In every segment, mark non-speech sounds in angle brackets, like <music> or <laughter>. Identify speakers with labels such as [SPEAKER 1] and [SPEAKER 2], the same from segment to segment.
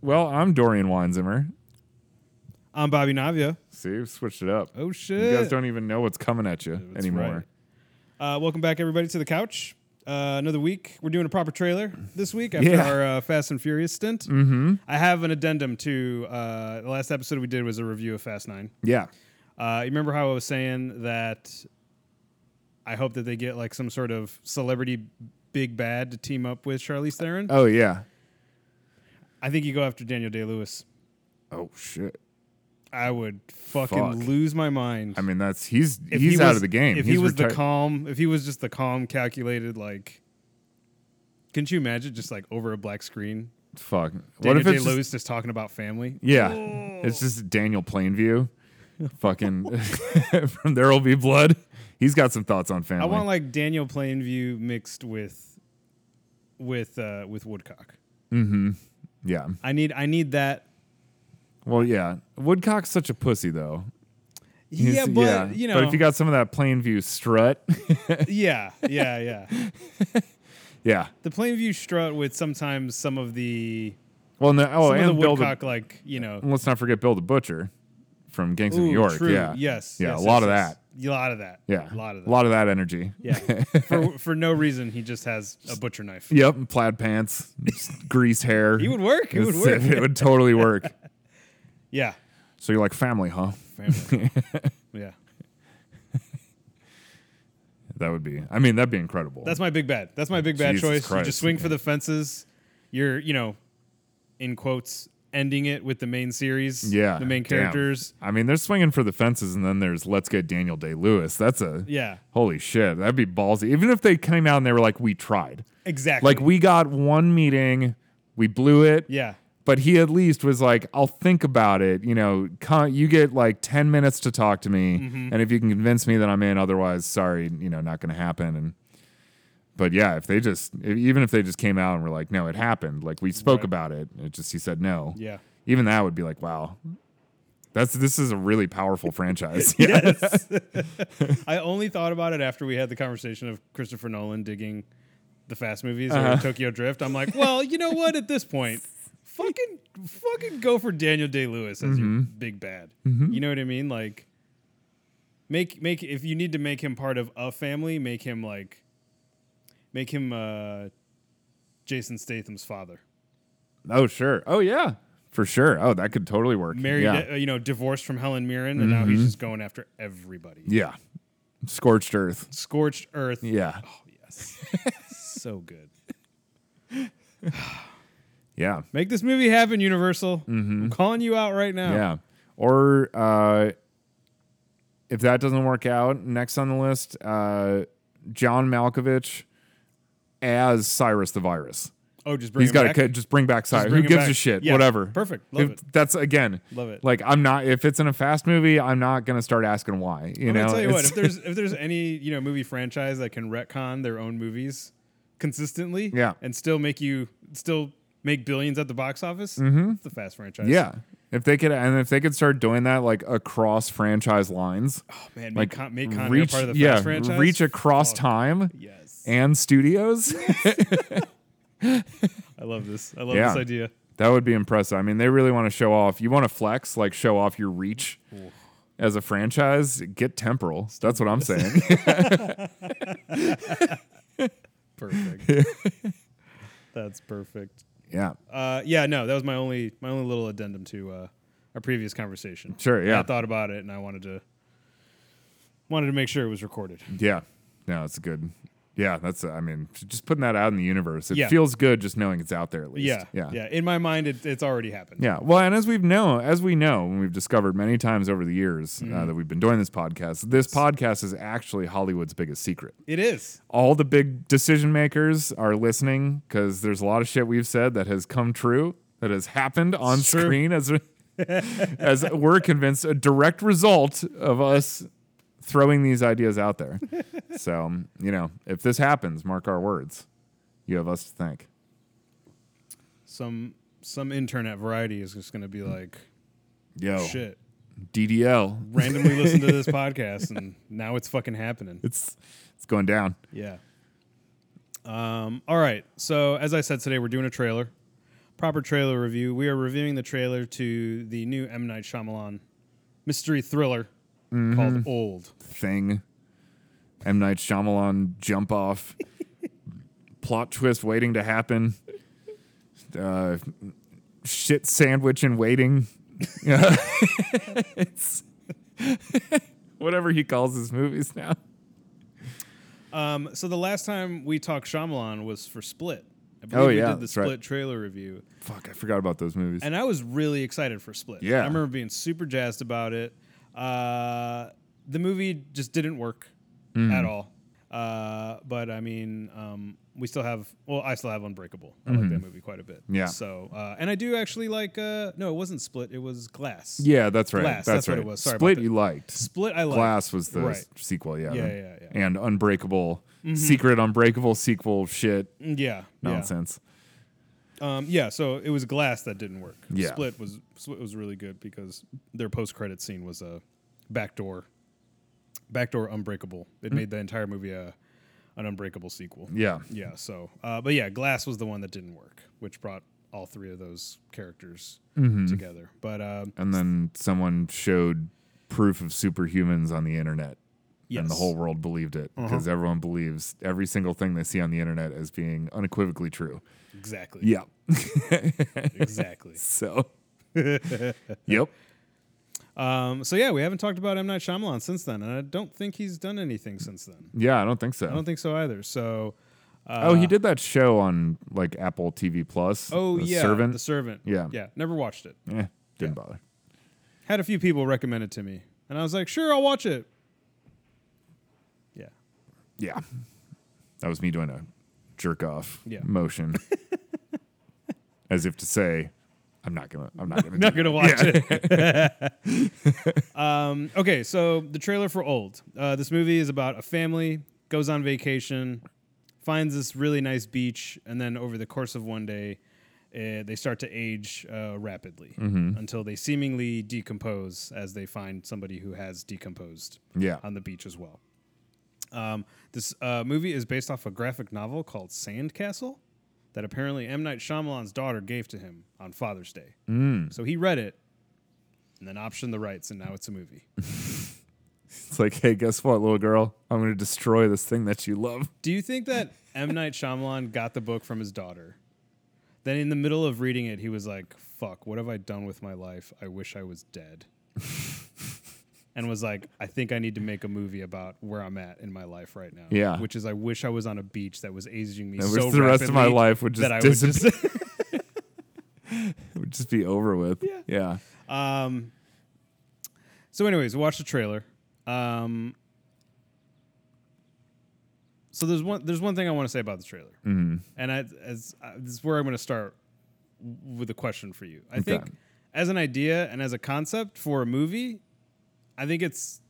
[SPEAKER 1] Well, I'm Dorian Weinzimmer.
[SPEAKER 2] I'm Bobby Navia.
[SPEAKER 1] See, we switched it up.
[SPEAKER 2] Oh shit!
[SPEAKER 1] You guys don't even know what's coming at you
[SPEAKER 2] That's
[SPEAKER 1] anymore.
[SPEAKER 2] Uh, welcome back, everybody, to the couch. Uh, another week. We're doing a proper trailer this week after
[SPEAKER 1] Yeah.
[SPEAKER 2] our uh, Fast and Furious stint. Mm-hmm. I have an addendum to uh, the last episode we did was a review of Fast Nine.
[SPEAKER 1] Yeah.
[SPEAKER 2] Uh, you remember how I was saying that I hope that they get like some sort of celebrity big bad to team up with Charlize Theron.
[SPEAKER 1] Oh yeah.
[SPEAKER 2] I think you go after Daniel Day Lewis.
[SPEAKER 1] Oh shit.
[SPEAKER 2] I would fucking
[SPEAKER 1] Fuck.
[SPEAKER 2] lose my mind.
[SPEAKER 1] I mean, that's he's
[SPEAKER 2] If
[SPEAKER 1] he's
[SPEAKER 2] he
[SPEAKER 1] out
[SPEAKER 2] was-
[SPEAKER 1] of the game.
[SPEAKER 2] If
[SPEAKER 1] he's
[SPEAKER 2] he was
[SPEAKER 1] retired.
[SPEAKER 2] the calm, if he was just the calm, calculated, like, couldn't you imagine just like over a black screen?
[SPEAKER 1] fuck.
[SPEAKER 2] Daniel Oh.
[SPEAKER 1] what if
[SPEAKER 2] Day
[SPEAKER 1] it's just- Oh
[SPEAKER 2] Lewis just talking about family?
[SPEAKER 1] yeah? It's just Daniel
[SPEAKER 2] <laughs>
[SPEAKER 1] Plainview. Fucking <laughs> from there will be blood. He's got some thoughts on family.
[SPEAKER 2] I want like Daniel Plainview mixed with, with, uh, with Woodcock.
[SPEAKER 1] yeah.
[SPEAKER 2] I need, I need that.
[SPEAKER 1] Well, yeah. Woodcock's such a pussy though. He's-
[SPEAKER 2] yeah, but you know,
[SPEAKER 1] But if you got some of that Plainview strut, <laughs>
[SPEAKER 2] <laughs> yeah, yeah, yeah.
[SPEAKER 1] yeah.
[SPEAKER 2] The Plainview strut with sometimes some of the,
[SPEAKER 1] Well, no. Oh,
[SPEAKER 2] some
[SPEAKER 1] and
[SPEAKER 2] of the
[SPEAKER 1] Bill the-
[SPEAKER 2] Woodcock, like you know,
[SPEAKER 1] And let's not forget Bill the Butcher from Gangs of New
[SPEAKER 2] Ooh,
[SPEAKER 1] York.
[SPEAKER 2] True.
[SPEAKER 1] Yeah.
[SPEAKER 2] Yes.
[SPEAKER 1] Yeah.
[SPEAKER 2] yes,
[SPEAKER 1] a lot
[SPEAKER 2] yes,
[SPEAKER 1] of
[SPEAKER 2] yes.
[SPEAKER 1] that.
[SPEAKER 2] A lot of that.
[SPEAKER 1] Yeah.
[SPEAKER 2] A lot of that.
[SPEAKER 1] A lot of that energy. <laughs>
[SPEAKER 2] Yeah. for for no reason, he just has a butcher knife.
[SPEAKER 1] Yep. and Plaid pants,
[SPEAKER 2] <laughs>
[SPEAKER 1] greased hair.
[SPEAKER 2] He would work. He would
[SPEAKER 1] It's-
[SPEAKER 2] work. <laughs>
[SPEAKER 1] It would totally work.
[SPEAKER 2] Yeah.
[SPEAKER 1] so you're like family, huh?
[SPEAKER 2] Family. yeah.
[SPEAKER 1] That would be. I mean, that'd be incredible.
[SPEAKER 2] That's my big bad. That's my big bad
[SPEAKER 1] Jesus
[SPEAKER 2] choice. you
[SPEAKER 1] Christ,
[SPEAKER 2] just swing for the fences. You're, you know, in quotes, ending it with the main series.
[SPEAKER 1] yeah.
[SPEAKER 2] The main
[SPEAKER 1] damn.
[SPEAKER 2] characters.
[SPEAKER 1] I mean, they're swinging for the fences, and then there's let's get Daniel Day Lewis. That's a
[SPEAKER 2] Yeah.
[SPEAKER 1] holy shit. That'd be ballsy. Even if they came out and they were like, we tried.
[SPEAKER 2] Exactly.
[SPEAKER 1] Like we got one meeting, we blew it.
[SPEAKER 2] Yeah.
[SPEAKER 1] but he at least was like, I'll think about it. You know, con- you get like 10 minutes to talk to me.
[SPEAKER 2] Mm-hmm.
[SPEAKER 1] And if you can convince me that I'm in, otherwise, sorry, you know, not going to happen. And, but yeah, if they just, if, even if they just came out and were like, no, it happened, like we spoke
[SPEAKER 2] Right.
[SPEAKER 1] about it, it just, he said no.
[SPEAKER 2] Yeah.
[SPEAKER 1] Even that would be like, wow, that's, this is a really
[SPEAKER 2] <laughs>
[SPEAKER 1] powerful franchise.
[SPEAKER 2] Yes. I only thought about it after we had the conversation of Christopher Nolan digging the fast movies
[SPEAKER 1] Uh-huh.
[SPEAKER 2] or Tokyo Drift. I'm like, well, you know what? At
[SPEAKER 1] <laughs>
[SPEAKER 2] this point, fucking fucking go for Daniel Day Lewis as your
[SPEAKER 1] Mm-hmm.
[SPEAKER 2] big bad. You know what I mean? Like, make make if you need to make him part of a family, make him like, make him uh, Jason Statham's father.
[SPEAKER 1] <laughs> Oh, sure. Oh, yeah. For sure. Oh, that could totally work.
[SPEAKER 2] Married,
[SPEAKER 1] yeah. Mm-hmm.
[SPEAKER 2] uh, you know, divorced from Helen Mirren, and now he's just going after everybody.
[SPEAKER 1] yeah. Scorched earth.
[SPEAKER 2] Scorched earth.
[SPEAKER 1] Yeah.
[SPEAKER 2] Oh yes, <laughs> so good.
[SPEAKER 1] Yeah.
[SPEAKER 2] Make this movie happen, Universal. I'm calling you out right now.
[SPEAKER 1] Mm-hmm. <laughs> Yeah. Or uh, if that doesn't work out, next on the list, uh, John Malkovich as Cyrus the Virus.
[SPEAKER 2] Oh, just bring
[SPEAKER 1] He's
[SPEAKER 2] him
[SPEAKER 1] got
[SPEAKER 2] back.
[SPEAKER 1] to just bring back Cyrus.
[SPEAKER 2] bring
[SPEAKER 1] Who
[SPEAKER 2] him
[SPEAKER 1] gives a
[SPEAKER 2] back.
[SPEAKER 1] shit?
[SPEAKER 2] Yeah.
[SPEAKER 1] Whatever.
[SPEAKER 2] Perfect. Love
[SPEAKER 1] If-
[SPEAKER 2] it.
[SPEAKER 1] That's again.
[SPEAKER 2] Love it.
[SPEAKER 1] Like I'm not. If it's in a fast movie, I'm not gonna start asking why. You
[SPEAKER 2] I'm
[SPEAKER 1] know.
[SPEAKER 2] gonna tell you what.
[SPEAKER 1] It's-
[SPEAKER 2] If there's if there's any you know movie franchise that can retcon their own movies consistently,
[SPEAKER 1] Yeah.
[SPEAKER 2] and still make you still make billions at the box office, it's the Fast franchise.
[SPEAKER 1] <laughs> Mm-hmm. yeah. If they could, and if they could start doing that like across franchise lines,
[SPEAKER 2] oh, man, make
[SPEAKER 1] like
[SPEAKER 2] Con, make Con Air
[SPEAKER 1] reach,
[SPEAKER 2] part of the
[SPEAKER 1] yeah,
[SPEAKER 2] Fast franchise.
[SPEAKER 1] reach across
[SPEAKER 2] Fuck.
[SPEAKER 1] time
[SPEAKER 2] Yes,
[SPEAKER 1] and studios.
[SPEAKER 2] I love this. I love
[SPEAKER 1] Yeah.
[SPEAKER 2] this idea.
[SPEAKER 1] That would be impressive. I mean, they really want to show off. You want to flex, like show off your reach as a franchise. Get temporal. That's what I'm
[SPEAKER 2] <laughs>
[SPEAKER 1] saying. <laughs>
[SPEAKER 2] Perfect. That's perfect.
[SPEAKER 1] yeah.
[SPEAKER 2] Uh, yeah, no, that was my only my only little addendum to uh, our previous conversation.
[SPEAKER 1] Sure,
[SPEAKER 2] And
[SPEAKER 1] yeah.
[SPEAKER 2] I thought about it and I wanted to wanted to make sure it was recorded.
[SPEAKER 1] Yeah. No, it's good. Yeah, that's. I mean, just putting that out in the universe. It
[SPEAKER 2] Yeah.
[SPEAKER 1] feels good just knowing it's out there at least.
[SPEAKER 2] Yeah,
[SPEAKER 1] Yeah.
[SPEAKER 2] yeah. In my mind, it, it's already happened.
[SPEAKER 1] Yeah. Well, and as we've known, as we know, and we've discovered many times over the years
[SPEAKER 2] Mm-hmm.
[SPEAKER 1] uh, that we've been doing this podcast, this podcast is actually Hollywood's biggest secret.
[SPEAKER 2] It is.
[SPEAKER 1] all the big decision makers are listening because there's a lot of shit we've said that has come true, that has happened on
[SPEAKER 2] It's true.
[SPEAKER 1] screen as as we're convinced a direct result of us throwing these ideas out
[SPEAKER 2] <laughs>
[SPEAKER 1] there. so you know, if this happens, mark our words. You have us to thank.
[SPEAKER 2] Some some intern at Variety is just going to be
[SPEAKER 1] Mm.
[SPEAKER 2] like,
[SPEAKER 1] Yo,
[SPEAKER 2] shit.
[SPEAKER 1] DDL,
[SPEAKER 2] Randomly listen to this <laughs> podcast and now it's fucking happening.
[SPEAKER 1] it's it's going down.
[SPEAKER 2] Yeah. Um, all right. So as I said today, we're doing a trailer. proper trailer review. We are reviewing the trailer to the new M Night Shyamalan mystery thriller
[SPEAKER 1] Mm-hmm.
[SPEAKER 2] called Old.
[SPEAKER 1] thing. M Night Shyamalan jump
[SPEAKER 2] <laughs>
[SPEAKER 1] off, plot twist waiting to happen, uh, shit sandwich in
[SPEAKER 2] <laughs>
[SPEAKER 1] waiting. it's whatever he calls his movies now.
[SPEAKER 2] Um, so the last time we talked Shyamalan was for Split. I
[SPEAKER 1] Oh, yeah,
[SPEAKER 2] we did the
[SPEAKER 1] that's right.
[SPEAKER 2] Split trailer review,
[SPEAKER 1] Fuck, I forgot about those movies.
[SPEAKER 2] and I was really excited for Split.
[SPEAKER 1] Yeah.
[SPEAKER 2] I remember being super jazzed about it. Uh, the movie just didn't work
[SPEAKER 1] Mm.
[SPEAKER 2] at all. Uh, but I mean, um, we still have. Well, I still have Unbreakable. I like that movie quite a bit.
[SPEAKER 1] Mm-hmm. Yeah.
[SPEAKER 2] So, uh, and I do actually like. Uh, no, it wasn't Split. It was Glass.
[SPEAKER 1] yeah, that's right.
[SPEAKER 2] Glass,
[SPEAKER 1] that's
[SPEAKER 2] that's what
[SPEAKER 1] right.
[SPEAKER 2] it was. Sorry about
[SPEAKER 1] Split
[SPEAKER 2] that.
[SPEAKER 1] you liked.
[SPEAKER 2] Split. I like.
[SPEAKER 1] Glass was the
[SPEAKER 2] Right.
[SPEAKER 1] s- sequel, yeah.
[SPEAKER 2] Yeah, yeah, yeah.
[SPEAKER 1] And Unbreakable, secret Unbreakable sequel shit
[SPEAKER 2] Yeah. Yeah.
[SPEAKER 1] nonsense.
[SPEAKER 2] Um, yeah, so it was Glass that didn't work.
[SPEAKER 1] Yeah.
[SPEAKER 2] Split was Split was really good because their post credit scene was a backdoor, backdoor Unbreakable. It made the entire movie a an Unbreakable sequel.
[SPEAKER 1] Mm-hmm. Yeah.
[SPEAKER 2] Yeah. So, uh, but yeah, Glass was the one that didn't work, which brought all three of those characters together. But um,
[SPEAKER 1] Mm-hmm. And then someone showed proof of superhumans on the internet.
[SPEAKER 2] yes, Uh-huh.
[SPEAKER 1] And the whole world believed it because everyone believes every single thing they see on the internet as being unequivocally true.
[SPEAKER 2] exactly,
[SPEAKER 1] Yeah. <laughs>
[SPEAKER 2] exactly.
[SPEAKER 1] So, <laughs> yep.
[SPEAKER 2] Um, so yeah, we haven't talked about M Night Shyamalan since then, and I don't think he's done anything since then.
[SPEAKER 1] Yeah, I don't think so.
[SPEAKER 2] I don't think so either. So. Uh,
[SPEAKER 1] oh, he did that show on like Apple TV Plus.
[SPEAKER 2] Oh
[SPEAKER 1] The
[SPEAKER 2] yeah,
[SPEAKER 1] Servant.
[SPEAKER 2] The servant.
[SPEAKER 1] Yeah.
[SPEAKER 2] yeah. Never watched it.
[SPEAKER 1] Eh, didn't bother.
[SPEAKER 2] Had a few people recommend it to me, and I was like, sure, I'll watch it. Yeah,
[SPEAKER 1] Yeah. That was me doing a jerk off
[SPEAKER 2] Yeah. <laughs>
[SPEAKER 1] motion. As if to say, I'm not gonna I'm
[SPEAKER 2] <laughs>
[SPEAKER 1] not gonna do
[SPEAKER 2] not gonna watch it. <laughs> um, okay, so the trailer for Old. Uh, this movie is about a family goes on vacation, finds this really nice beach, and then over the course of one day. Uh, they start to age uh, rapidly until they seemingly decompose as they find somebody who has decomposed.
[SPEAKER 1] Yeah.
[SPEAKER 2] on the beach as well. Um, this uh, movie is based off a graphic novel called Sandcastle that apparently M. Night Shyamalan's daughter gave to him on Father's Day. So he read it and then optioned the rights, and now it's a movie.
[SPEAKER 1] It's like, hey, guess what, little girl? I'm gonna destroy this thing that you love. <laughs>
[SPEAKER 2] Do you think that M. Night Shyamalan got the book from his daughter? Then in the middle of reading it, he was like, fuck, what have I done with my life? I wish I was dead. and was like, I think I need to make a movie about where I'm at in my life right now.
[SPEAKER 1] Yeah.
[SPEAKER 2] Which is, I wish I was on a beach that was aging me
[SPEAKER 1] I
[SPEAKER 2] so
[SPEAKER 1] wish the rest of my
[SPEAKER 2] rapidly
[SPEAKER 1] life would just
[SPEAKER 2] that I would
[SPEAKER 1] disappear.
[SPEAKER 2] just.
[SPEAKER 1] It would just be over with. Yeah.
[SPEAKER 2] um, so, anyways, watch the trailer. Um, so there's one there's one thing I want to say about the trailer, mm-hmm. and I, as uh, this is where I'm going to start w- with a question for you. I
[SPEAKER 1] Okay.
[SPEAKER 2] think as an idea and as a concept for a movie, I think it's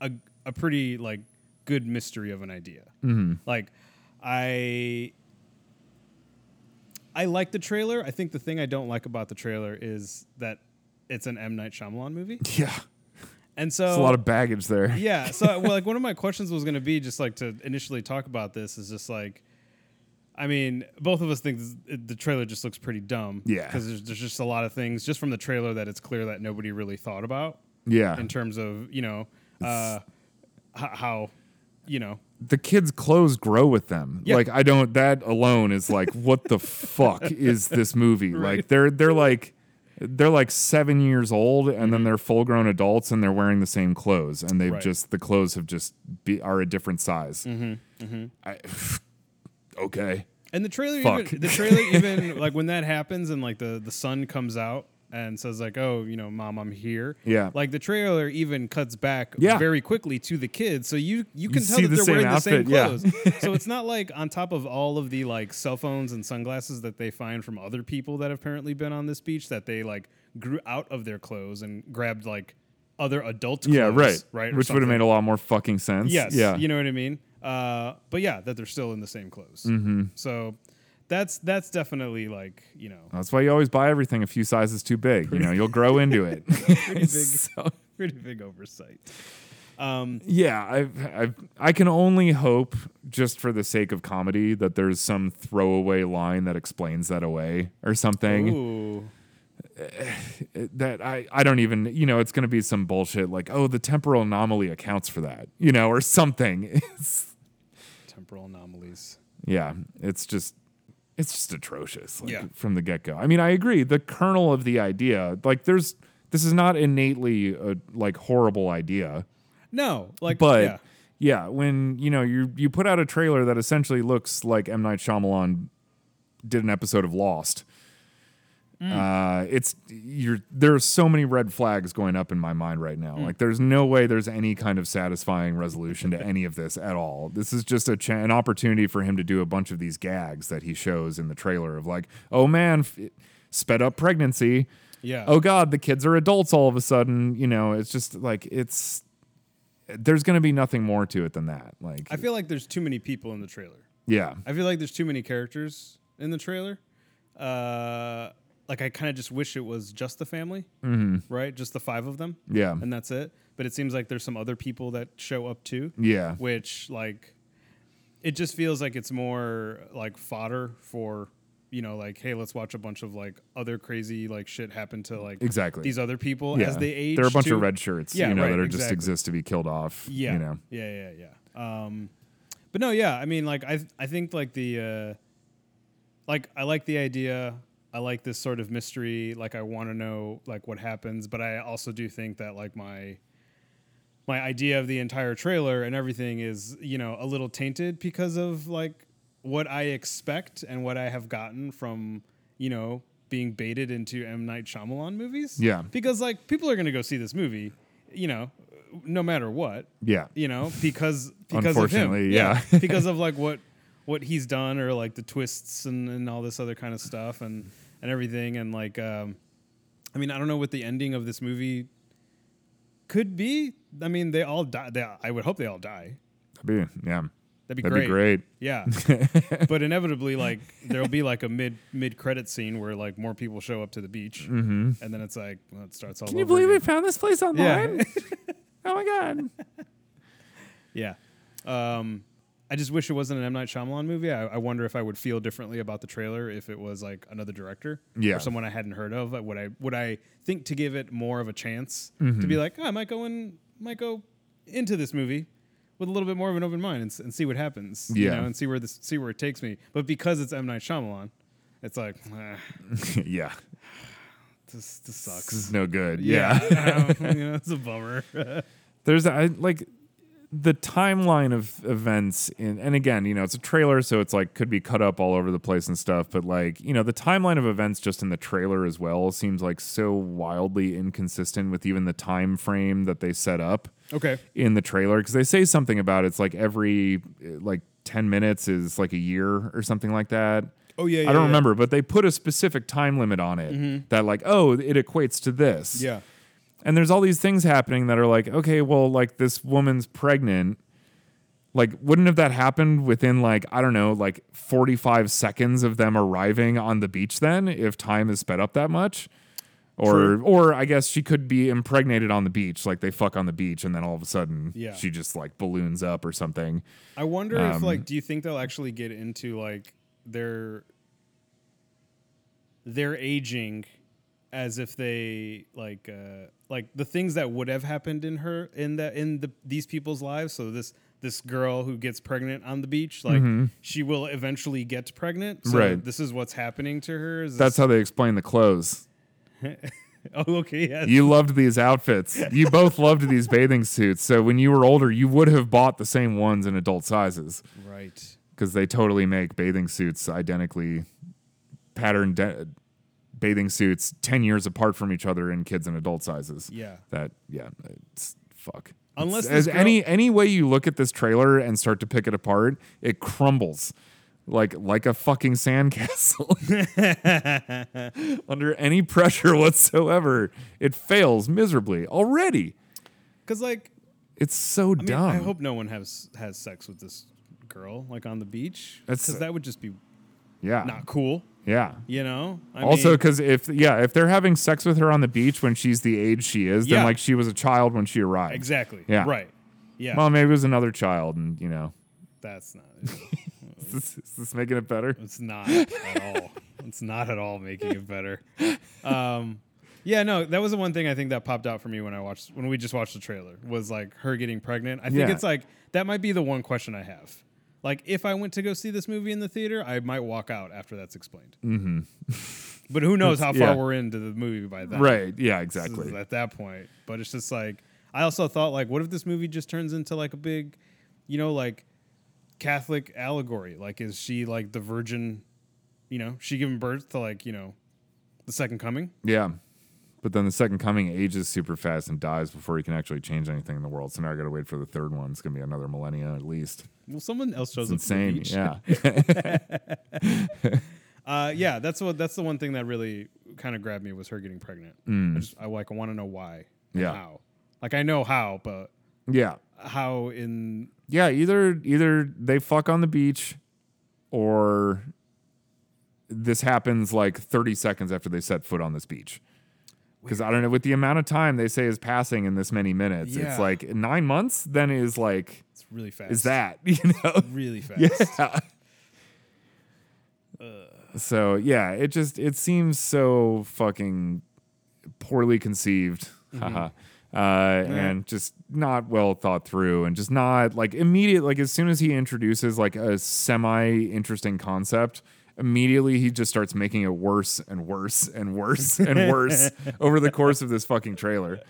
[SPEAKER 2] a a pretty like good mystery of an idea. Like I I like the trailer. I think the thing I don't like about the trailer is that it's an M Night Shyamalan movie,
[SPEAKER 1] Yeah.
[SPEAKER 2] and so
[SPEAKER 1] There's a lot of <laughs> baggage there.
[SPEAKER 2] yeah. So well, like one of my questions was going to be just like to initially talk about this is just like, I mean, both of us think this, it- the trailer just looks pretty dumb.
[SPEAKER 1] Yeah.
[SPEAKER 2] because there's, there's just a lot of things just from the trailer that it's clear that nobody really thought about
[SPEAKER 1] Yeah.
[SPEAKER 2] in terms of you know uh, h- how you know
[SPEAKER 1] The kids' clothes grow with them.
[SPEAKER 2] Yeah.
[SPEAKER 1] Like I don't that alone is
[SPEAKER 2] <laughs>
[SPEAKER 1] like, what the fuck is this movie? Like they're they're like they're like seven years old and then they're full grown adults and they're wearing the same clothes and they've
[SPEAKER 2] Mm-hmm. Right.
[SPEAKER 1] just the clothes have just be are a different size. Mm-hmm. I, <sighs> okay.
[SPEAKER 2] And the trailer,
[SPEAKER 1] Fuck.
[SPEAKER 2] even the trailer, even like when that happens and like the the son comes out and says like, "Oh, you know, mom, I'm here."
[SPEAKER 1] Yeah.
[SPEAKER 2] Like the trailer even cuts back
[SPEAKER 1] Yeah.
[SPEAKER 2] very quickly to the kids, so you you can tell
[SPEAKER 1] see
[SPEAKER 2] that
[SPEAKER 1] the
[SPEAKER 2] they're
[SPEAKER 1] same
[SPEAKER 2] wearing
[SPEAKER 1] outfit, yeah.
[SPEAKER 2] the same clothes. so it's not like on top of all of the like cell phones and sunglasses that they find from other people that have apparently been on this beach that they like grew out of their clothes and grabbed like other adult clothes.
[SPEAKER 1] Yeah, right.
[SPEAKER 2] Right.
[SPEAKER 1] Which
[SPEAKER 2] or
[SPEAKER 1] would have
[SPEAKER 2] something.
[SPEAKER 1] made a lot more fucking sense.
[SPEAKER 2] Yes.
[SPEAKER 1] Yeah.
[SPEAKER 2] You know what I mean? Uh, but yeah, that they're still in the same clothes. Mm-hmm. So that's that's definitely like, you know, <laughs>
[SPEAKER 1] That's why you always buy everything a few <laughs> sizes too big. You know, you'll grow into it.
[SPEAKER 2] pretty big pretty big oversight. Um,
[SPEAKER 1] Yeah, I I I can only hope just for the sake of comedy that there's some throwaway line that explains that away or something.
[SPEAKER 2] ooh,
[SPEAKER 1] That I I don't even, you know, it's going to be some bullshit like, "Oh, the temporal anomaly accounts for that." You know, or something. <laughs> It's,
[SPEAKER 2] temporal anomalies.
[SPEAKER 1] yeah, it's just it's just atrocious like,
[SPEAKER 2] Yeah.
[SPEAKER 1] from the get-go. I mean, I agree, the kernel of the idea, like there's this is not innately a like horrible idea.
[SPEAKER 2] No, like,
[SPEAKER 1] But yeah.
[SPEAKER 2] yeah.
[SPEAKER 1] when you know you you put out a trailer that essentially looks like M Night Shyamalan did an episode of Lost.
[SPEAKER 2] Mm.
[SPEAKER 1] Uh, it's you're there are so many red flags going up in my mind right
[SPEAKER 2] Mm.
[SPEAKER 1] now. Like, there's no way there's any kind of satisfying resolution to any of this at all. This is just a cha- an opportunity for him to do a bunch of these gags that he shows in the trailer of like, oh man, f- sped up pregnancy
[SPEAKER 2] yeah.
[SPEAKER 1] oh god the kids are adults all of a sudden you know it's just like it's there's going to be nothing more to it than that like
[SPEAKER 2] I feel like there's too many people in the trailer.
[SPEAKER 1] yeah
[SPEAKER 2] I feel like there's too many characters in the trailer. Uh, like I kind of just wish it was just the family, right? Just the five of them,
[SPEAKER 1] Mm-hmm. yeah
[SPEAKER 2] and that's it. But it seems like there's some other people that show up too,
[SPEAKER 1] yeah
[SPEAKER 2] which like it just feels like it's more like fodder for you know like hey let's watch a bunch of like other crazy like shit happen to like
[SPEAKER 1] exactly
[SPEAKER 2] these other people
[SPEAKER 1] yeah.
[SPEAKER 2] as they age.
[SPEAKER 1] there are a bunch
[SPEAKER 2] too.
[SPEAKER 1] of red shirts
[SPEAKER 2] Yeah,
[SPEAKER 1] you know
[SPEAKER 2] right,
[SPEAKER 1] that are just
[SPEAKER 2] exactly.
[SPEAKER 1] exist to be killed off
[SPEAKER 2] Yeah.
[SPEAKER 1] you know
[SPEAKER 2] Yeah, yeah, yeah. Um, but no, yeah. I mean, like, I I think like the uh, like I like the idea. I like this sort of mystery. Like, I want to know like what happens, but I also do think that like my my idea of the entire trailer and everything is you know a little tainted because of like what I expect and what I have gotten from you know being baited into M Night Shyamalan movies.
[SPEAKER 1] Yeah.
[SPEAKER 2] because like people are gonna go see this movie, you know, no matter what
[SPEAKER 1] yeah
[SPEAKER 2] you know, because because of him.
[SPEAKER 1] Unfortunately, yeah. <laughs>
[SPEAKER 2] because of like what what he's done or like the twists and, and all this other kind of stuff and and everything and like um I mean, I don't know what the ending of this movie could be. I mean, they all die. They, I would hope they all die.
[SPEAKER 1] that'd be, yeah
[SPEAKER 2] That'd be
[SPEAKER 1] that'd be
[SPEAKER 2] great.
[SPEAKER 1] great <laughs>
[SPEAKER 2] Yeah. but inevitably like there'll be like a mid mid credit scene where like more people show up to the beach
[SPEAKER 1] Mm-hmm.
[SPEAKER 2] and then it's like well, it starts all
[SPEAKER 1] can
[SPEAKER 2] over
[SPEAKER 1] you believe we
[SPEAKER 2] again.
[SPEAKER 1] found this place online
[SPEAKER 2] <laughs> Yeah.
[SPEAKER 1] oh my god
[SPEAKER 2] Yeah. Um, I just wish it wasn't an M Night Shyamalan movie. I, I wonder if I would feel differently about the trailer if it was like another director
[SPEAKER 1] Yeah.
[SPEAKER 2] or someone I hadn't heard of. Would I would I think to give it more of a chance
[SPEAKER 1] Mm-hmm.
[SPEAKER 2] to be like, oh, I might go in, might go into this movie with a little bit more of an open mind and, s- and see what happens, you
[SPEAKER 1] Yeah.
[SPEAKER 2] know, and see where this see where it takes me. But because it's M Night Shyamalan, it's like ah,
[SPEAKER 1] <laughs> yeah
[SPEAKER 2] this this
[SPEAKER 1] this
[SPEAKER 2] sucks.
[SPEAKER 1] is no good yeah.
[SPEAKER 2] <laughs> um, you know, it's
[SPEAKER 1] <laughs>
[SPEAKER 2] a bummer.
[SPEAKER 1] there's I like the timeline of events in and again you know it's a trailer so it's like could be cut up all over the place and stuff but like you know the timeline of events just in the trailer as well seems like so wildly inconsistent with even the time frame that they set up
[SPEAKER 2] okay.
[SPEAKER 1] in the trailer because they say something about it's like every uh, like 10 minutes is like a year or something like that
[SPEAKER 2] Oh yeah. Mm-hmm.
[SPEAKER 1] I don't remember, but they put a specific time limit on it that, like, oh, it equates to this
[SPEAKER 2] Yeah.
[SPEAKER 1] and there's all these things happening that are like okay well like this woman's pregnant like wouldn't have that happened within like i don't know like 45 seconds of them arriving on the beach then if time is sped up that much or
[SPEAKER 2] True.
[SPEAKER 1] or i guess she could be impregnated on the beach like they fuck on the beach and then all of a sudden
[SPEAKER 2] Yeah.
[SPEAKER 1] she just like balloons up or something
[SPEAKER 2] I wonder if
[SPEAKER 1] Um,
[SPEAKER 2] like do you think they'll actually get into like their their aging as if they like uh like the things that would have happened in her in the in the these people's lives so this this girl who gets pregnant on the beach like she will eventually get pregnant so
[SPEAKER 1] Mm-hmm. Right.
[SPEAKER 2] this is what's happening to her is
[SPEAKER 1] that's how they explain the clothes
[SPEAKER 2] this- <laughs> oh okay yeah
[SPEAKER 1] you loved these outfits you both loved these bathing suits so when you were older you would have bought the same ones in adult sizes
[SPEAKER 2] right
[SPEAKER 1] because they totally make bathing suits identically patterned de- bathing suits 10 years apart from each other in kids and adult sizes
[SPEAKER 2] yeah
[SPEAKER 1] that yeah it's fuck
[SPEAKER 2] Unless
[SPEAKER 1] It's- as
[SPEAKER 2] this girl-
[SPEAKER 1] any any way you look at this trailer and start to pick it apart it crumbles like like a fucking sandcastle <laughs> under any pressure whatsoever it fails miserably already
[SPEAKER 2] cuz like
[SPEAKER 1] it's so
[SPEAKER 2] I mean,
[SPEAKER 1] dumb
[SPEAKER 2] I hope no one has has sex with this girl like on the beach
[SPEAKER 1] That's-
[SPEAKER 2] cuz that would just be
[SPEAKER 1] yeah
[SPEAKER 2] not cool
[SPEAKER 1] yeah
[SPEAKER 2] You know, I
[SPEAKER 1] Also,
[SPEAKER 2] mean,
[SPEAKER 1] because if yeah, if they're having sex with her on the beach when she's the age she is,
[SPEAKER 2] Yeah.
[SPEAKER 1] then like she was a child when she arrived.
[SPEAKER 2] exactly,
[SPEAKER 1] Yeah.
[SPEAKER 2] right. Yeah,
[SPEAKER 1] Well, maybe it was another child, and you know, <laughs>
[SPEAKER 2] that's not.
[SPEAKER 1] is this, is this making it better?
[SPEAKER 2] It's not at all. It's not at all making it better. Um, yeah, no, that was the one thing I think that popped out for me when I watched when we just watched the trailer was like her getting pregnant. I think
[SPEAKER 1] Yeah.
[SPEAKER 2] it's like that might be the one question I have. Like if I went to go see this movie in the theater, I might walk out after that's explained. Mm-hmm. but who knows how far
[SPEAKER 1] yeah.
[SPEAKER 2] we're into the movie by then?
[SPEAKER 1] Right. Yeah.
[SPEAKER 2] This is
[SPEAKER 1] Exactly.
[SPEAKER 2] At that point, but it's just like I also thought like, what if this movie just turns into like a big, you know, like Catholic allegory? Like, is she like the Virgin? You know, she giving birth to like you know, the Second Coming.
[SPEAKER 1] Yeah. But then the second coming ages super fast and dies before he can actually change anything in the world. So now I got to wait for the third one. It's gonna be another millennia at least.
[SPEAKER 2] Well, someone else shows
[SPEAKER 1] It's
[SPEAKER 2] up. to the
[SPEAKER 1] insane.
[SPEAKER 2] beach. <laughs>
[SPEAKER 1] Yeah.
[SPEAKER 2] Uh, yeah, that's what that's the one thing that really kind of grabbed me was her getting pregnant. I just I like I want to know why. and
[SPEAKER 1] Mm. Yeah.
[SPEAKER 2] How? Like I know how, but
[SPEAKER 1] yeah.
[SPEAKER 2] how in
[SPEAKER 1] Yeah. Either either they fuck on the beach, or this happens like 30 seconds after they set foot on this beach. Because I don't know, with the amount of time they say is passing in this many minutes,
[SPEAKER 2] Yeah.
[SPEAKER 1] it's like nine months. Then is like,
[SPEAKER 2] it's really fast.
[SPEAKER 1] is that <laughs> you know? <laughs>
[SPEAKER 2] really fast?
[SPEAKER 1] Yeah. So yeah, it just it seems so fucking poorly conceived, haha. <laughs> uh, and just not well thought through, and just not like immediate. Like as soon as he introduces like a semi interesting concept. Immediately, he just starts making it worse and worse and worse and worse over the course of this fucking trailer.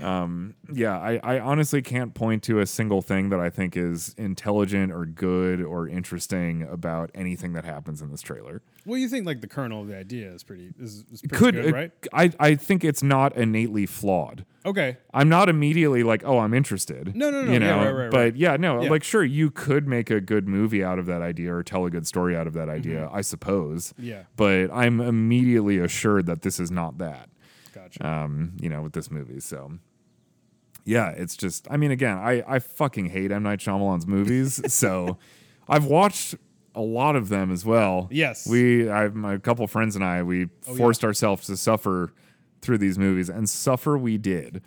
[SPEAKER 1] Um, Yeah, I, I honestly can't point to a single thing that I think is intelligent or good or interesting about anything that happens in this trailer.
[SPEAKER 2] Well, you think like the kernel of the idea is pretty is, is pretty
[SPEAKER 1] Could uh,
[SPEAKER 2] good, right?
[SPEAKER 1] I, I think it's not innately flawed.
[SPEAKER 2] Okay,
[SPEAKER 1] I'm not immediately like, oh, I'm interested.
[SPEAKER 2] No, no, no,
[SPEAKER 1] You
[SPEAKER 2] yeah,
[SPEAKER 1] know,
[SPEAKER 2] right, right, right.
[SPEAKER 1] but yeah, no,
[SPEAKER 2] Yeah.
[SPEAKER 1] like sure, you could make a good movie out of that idea or tell a good story out of that idea, I suppose.
[SPEAKER 2] Mm-hmm. Yeah.
[SPEAKER 1] But I'm immediately assured that this is not that.
[SPEAKER 2] gotcha.
[SPEAKER 1] um, you know, with this movie. So, yeah, it's just, I mean, again, I, I fucking hate M. Night Shyamalan's movies. so, I've watched a lot of them as well.
[SPEAKER 2] Yes.
[SPEAKER 1] We, I, my couple friends and I, we forced ourselves to suffer through these movies and suffer we did.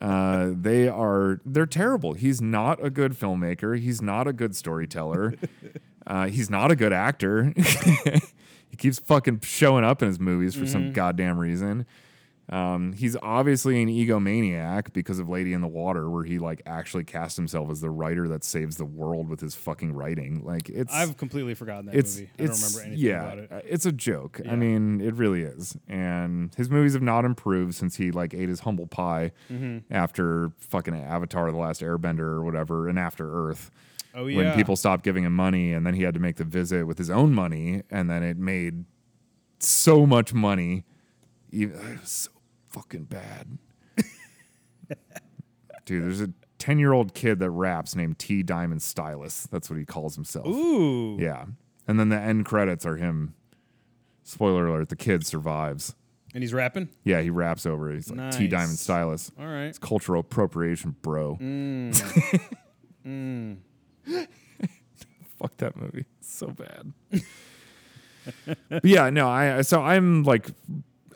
[SPEAKER 1] uh, they are, they're terrible. He's not a good filmmaker. He's not a good storyteller. Uh, he's not a good actor. <laughs> he keeps fucking showing up in his movies for
[SPEAKER 2] Mm-hmm.
[SPEAKER 1] some goddamn reason. Um, he's obviously an egomaniac because of Lady in the Water, where he like actually cast himself as the writer that saves the world with his fucking writing. Like it's
[SPEAKER 2] I've completely forgotten that
[SPEAKER 1] it's
[SPEAKER 2] movie. I don't
[SPEAKER 1] it's
[SPEAKER 2] remember anything
[SPEAKER 1] yeah,
[SPEAKER 2] about it.
[SPEAKER 1] uh, it's a joke.
[SPEAKER 2] Yeah.
[SPEAKER 1] I mean, it really is. And his movies have not improved since he like ate his humble pie
[SPEAKER 2] Mm-hmm.
[SPEAKER 1] after fucking Avatar: The Last Airbender or whatever, and After Earth
[SPEAKER 2] Oh yeah,
[SPEAKER 1] when people stopped giving him money and then he had to make the visit with his own money and then it made so much money even it was so fucking
[SPEAKER 2] <laughs>
[SPEAKER 1] bad dude there's a 10 year old kid that raps named t diamond stylus that's what he calls himself
[SPEAKER 2] Ooh,
[SPEAKER 1] yeah and then the end credits are him spoiler alert the kid survives
[SPEAKER 2] and he's rapping.
[SPEAKER 1] yeah he raps over it he's like t diamond
[SPEAKER 2] Nice.
[SPEAKER 1] stylus
[SPEAKER 2] All right,
[SPEAKER 1] it's cultural appropriation bro <laughs> fuck that movie It's so bad <laughs> But yeah no i I- so i'm like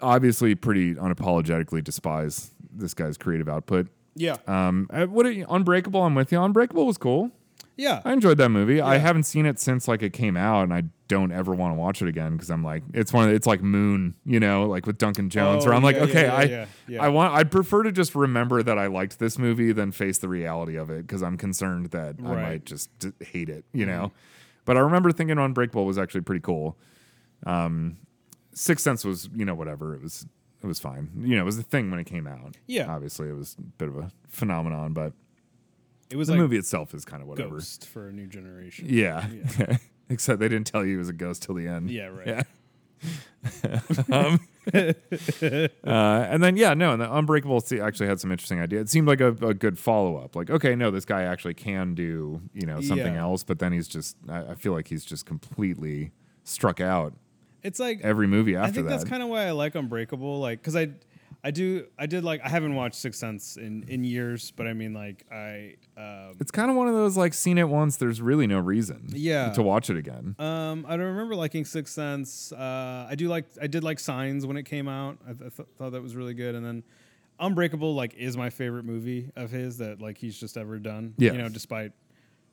[SPEAKER 1] obviously pretty unapologetically despise this guy's creative output
[SPEAKER 2] yeah,
[SPEAKER 1] um uh, what are you, unbreakable i'm with you unbreakable was cool
[SPEAKER 2] yeah.
[SPEAKER 1] i enjoyed that movie i haven't seen it since like it came out and i don't ever want to watch it again because i'm like it's one of the, it's like moon you know like with duncan jones
[SPEAKER 2] Oh,
[SPEAKER 1] where i'm like
[SPEAKER 2] yeah, yeah,
[SPEAKER 1] okay
[SPEAKER 2] yeah,
[SPEAKER 1] i
[SPEAKER 2] yeah, yeah.
[SPEAKER 1] i want i'd prefer to just remember that i liked this movie than face the reality of it because i'm concerned that i
[SPEAKER 2] Right. Mm-hmm.
[SPEAKER 1] might just d- hate it you know but i remember thinking unbreakable was actually pretty cool Um, Sixth Sense was, you know, whatever. It was it was fine. You know, it was the thing when it came out.
[SPEAKER 2] Yeah.
[SPEAKER 1] Obviously it was a bit of a phenomenon, but
[SPEAKER 2] it was
[SPEAKER 1] the
[SPEAKER 2] like
[SPEAKER 1] movie itself is kind of whatever.
[SPEAKER 2] Ghost for a new generation.
[SPEAKER 1] Yeah. <laughs> Except they didn't tell you it was a ghost till the end.
[SPEAKER 2] Yeah, right.
[SPEAKER 1] Yeah.
[SPEAKER 2] <laughs>
[SPEAKER 1] um, uh, and then yeah, no, and the Unbreakable se- actually had some interesting idea. It seemed like a, a good follow up. Like, okay, no, this guy actually can do you know something
[SPEAKER 2] Yeah.
[SPEAKER 1] else, but then he's just I, I feel like he's just completely struck out
[SPEAKER 2] It's like
[SPEAKER 1] every movie after
[SPEAKER 2] I think
[SPEAKER 1] that.
[SPEAKER 2] that's kind of why I like Unbreakable, like because I, I do, I did like I haven't watched Sixth Sense in in years, but I mean like I, um,
[SPEAKER 1] It's kind of one of those like seen it once. There's really no reason,
[SPEAKER 2] Yeah.
[SPEAKER 1] to watch it again.
[SPEAKER 2] um, I don't remember liking Sixth Sense. Uh, I do like I did like Signs when it came out. I, th- I th- thought that was really good, and then Unbreakable like is my favorite movie of his that like he's just ever done.
[SPEAKER 1] Yes.
[SPEAKER 2] You know, despite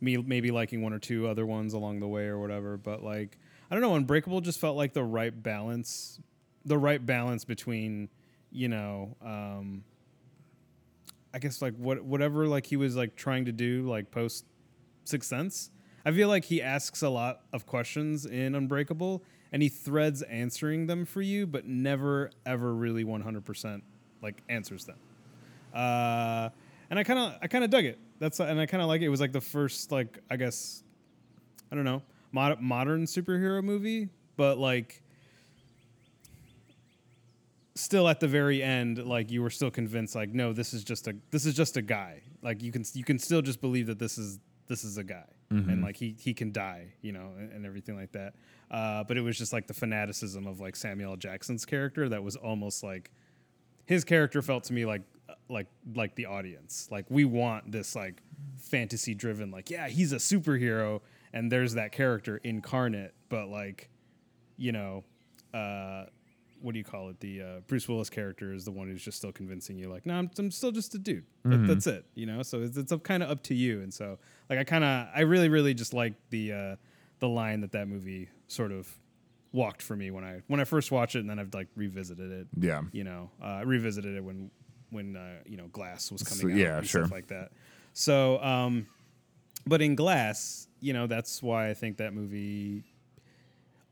[SPEAKER 2] me maybe liking one or two other ones along the way or whatever, but like I don't know, Unbreakable just felt like the right balance, the right balance between, you know, um I guess like what whatever like he was like trying to do like post Sixth Sense. I feel like he asks a lot of questions in Unbreakable and he threads answering them for you, but never ever really 100% like answers them. Uh, and I kind of I kind of dug it. That's and I kind of like it. It was like the first like I guess I don't know mod- modern superhero movie, but like still at the very end like you were still convinced like no this is just a this is just a guy like you can you can still just believe that this is this is a guy and like he he can die you know and, and everything like that uh, but it was just like the fanaticism of like samuel L. jackson's character that was almost like his character felt to me like uh, like like the audience like we want this like fantasy driven like yeah he's a superhero and there's that character incarnate but like you know uh what do you call it the uh, bruce willis character is the one who's just still convincing you like no i'm, I'm still just a dude That-
[SPEAKER 1] Mm-hmm.
[SPEAKER 2] that's it you know so it's, it's kind of up to you and so like i kind of i really really just like the uh the line that that movie sort of walked for me when i when i first watched it and then i've like revisited it
[SPEAKER 1] Yeah.
[SPEAKER 2] you know uh, I revisited it when when uh, you know glass was coming
[SPEAKER 1] So,
[SPEAKER 2] out
[SPEAKER 1] yeah,
[SPEAKER 2] and
[SPEAKER 1] sure.
[SPEAKER 2] stuff like that so um but in glass you know that's why i think that movie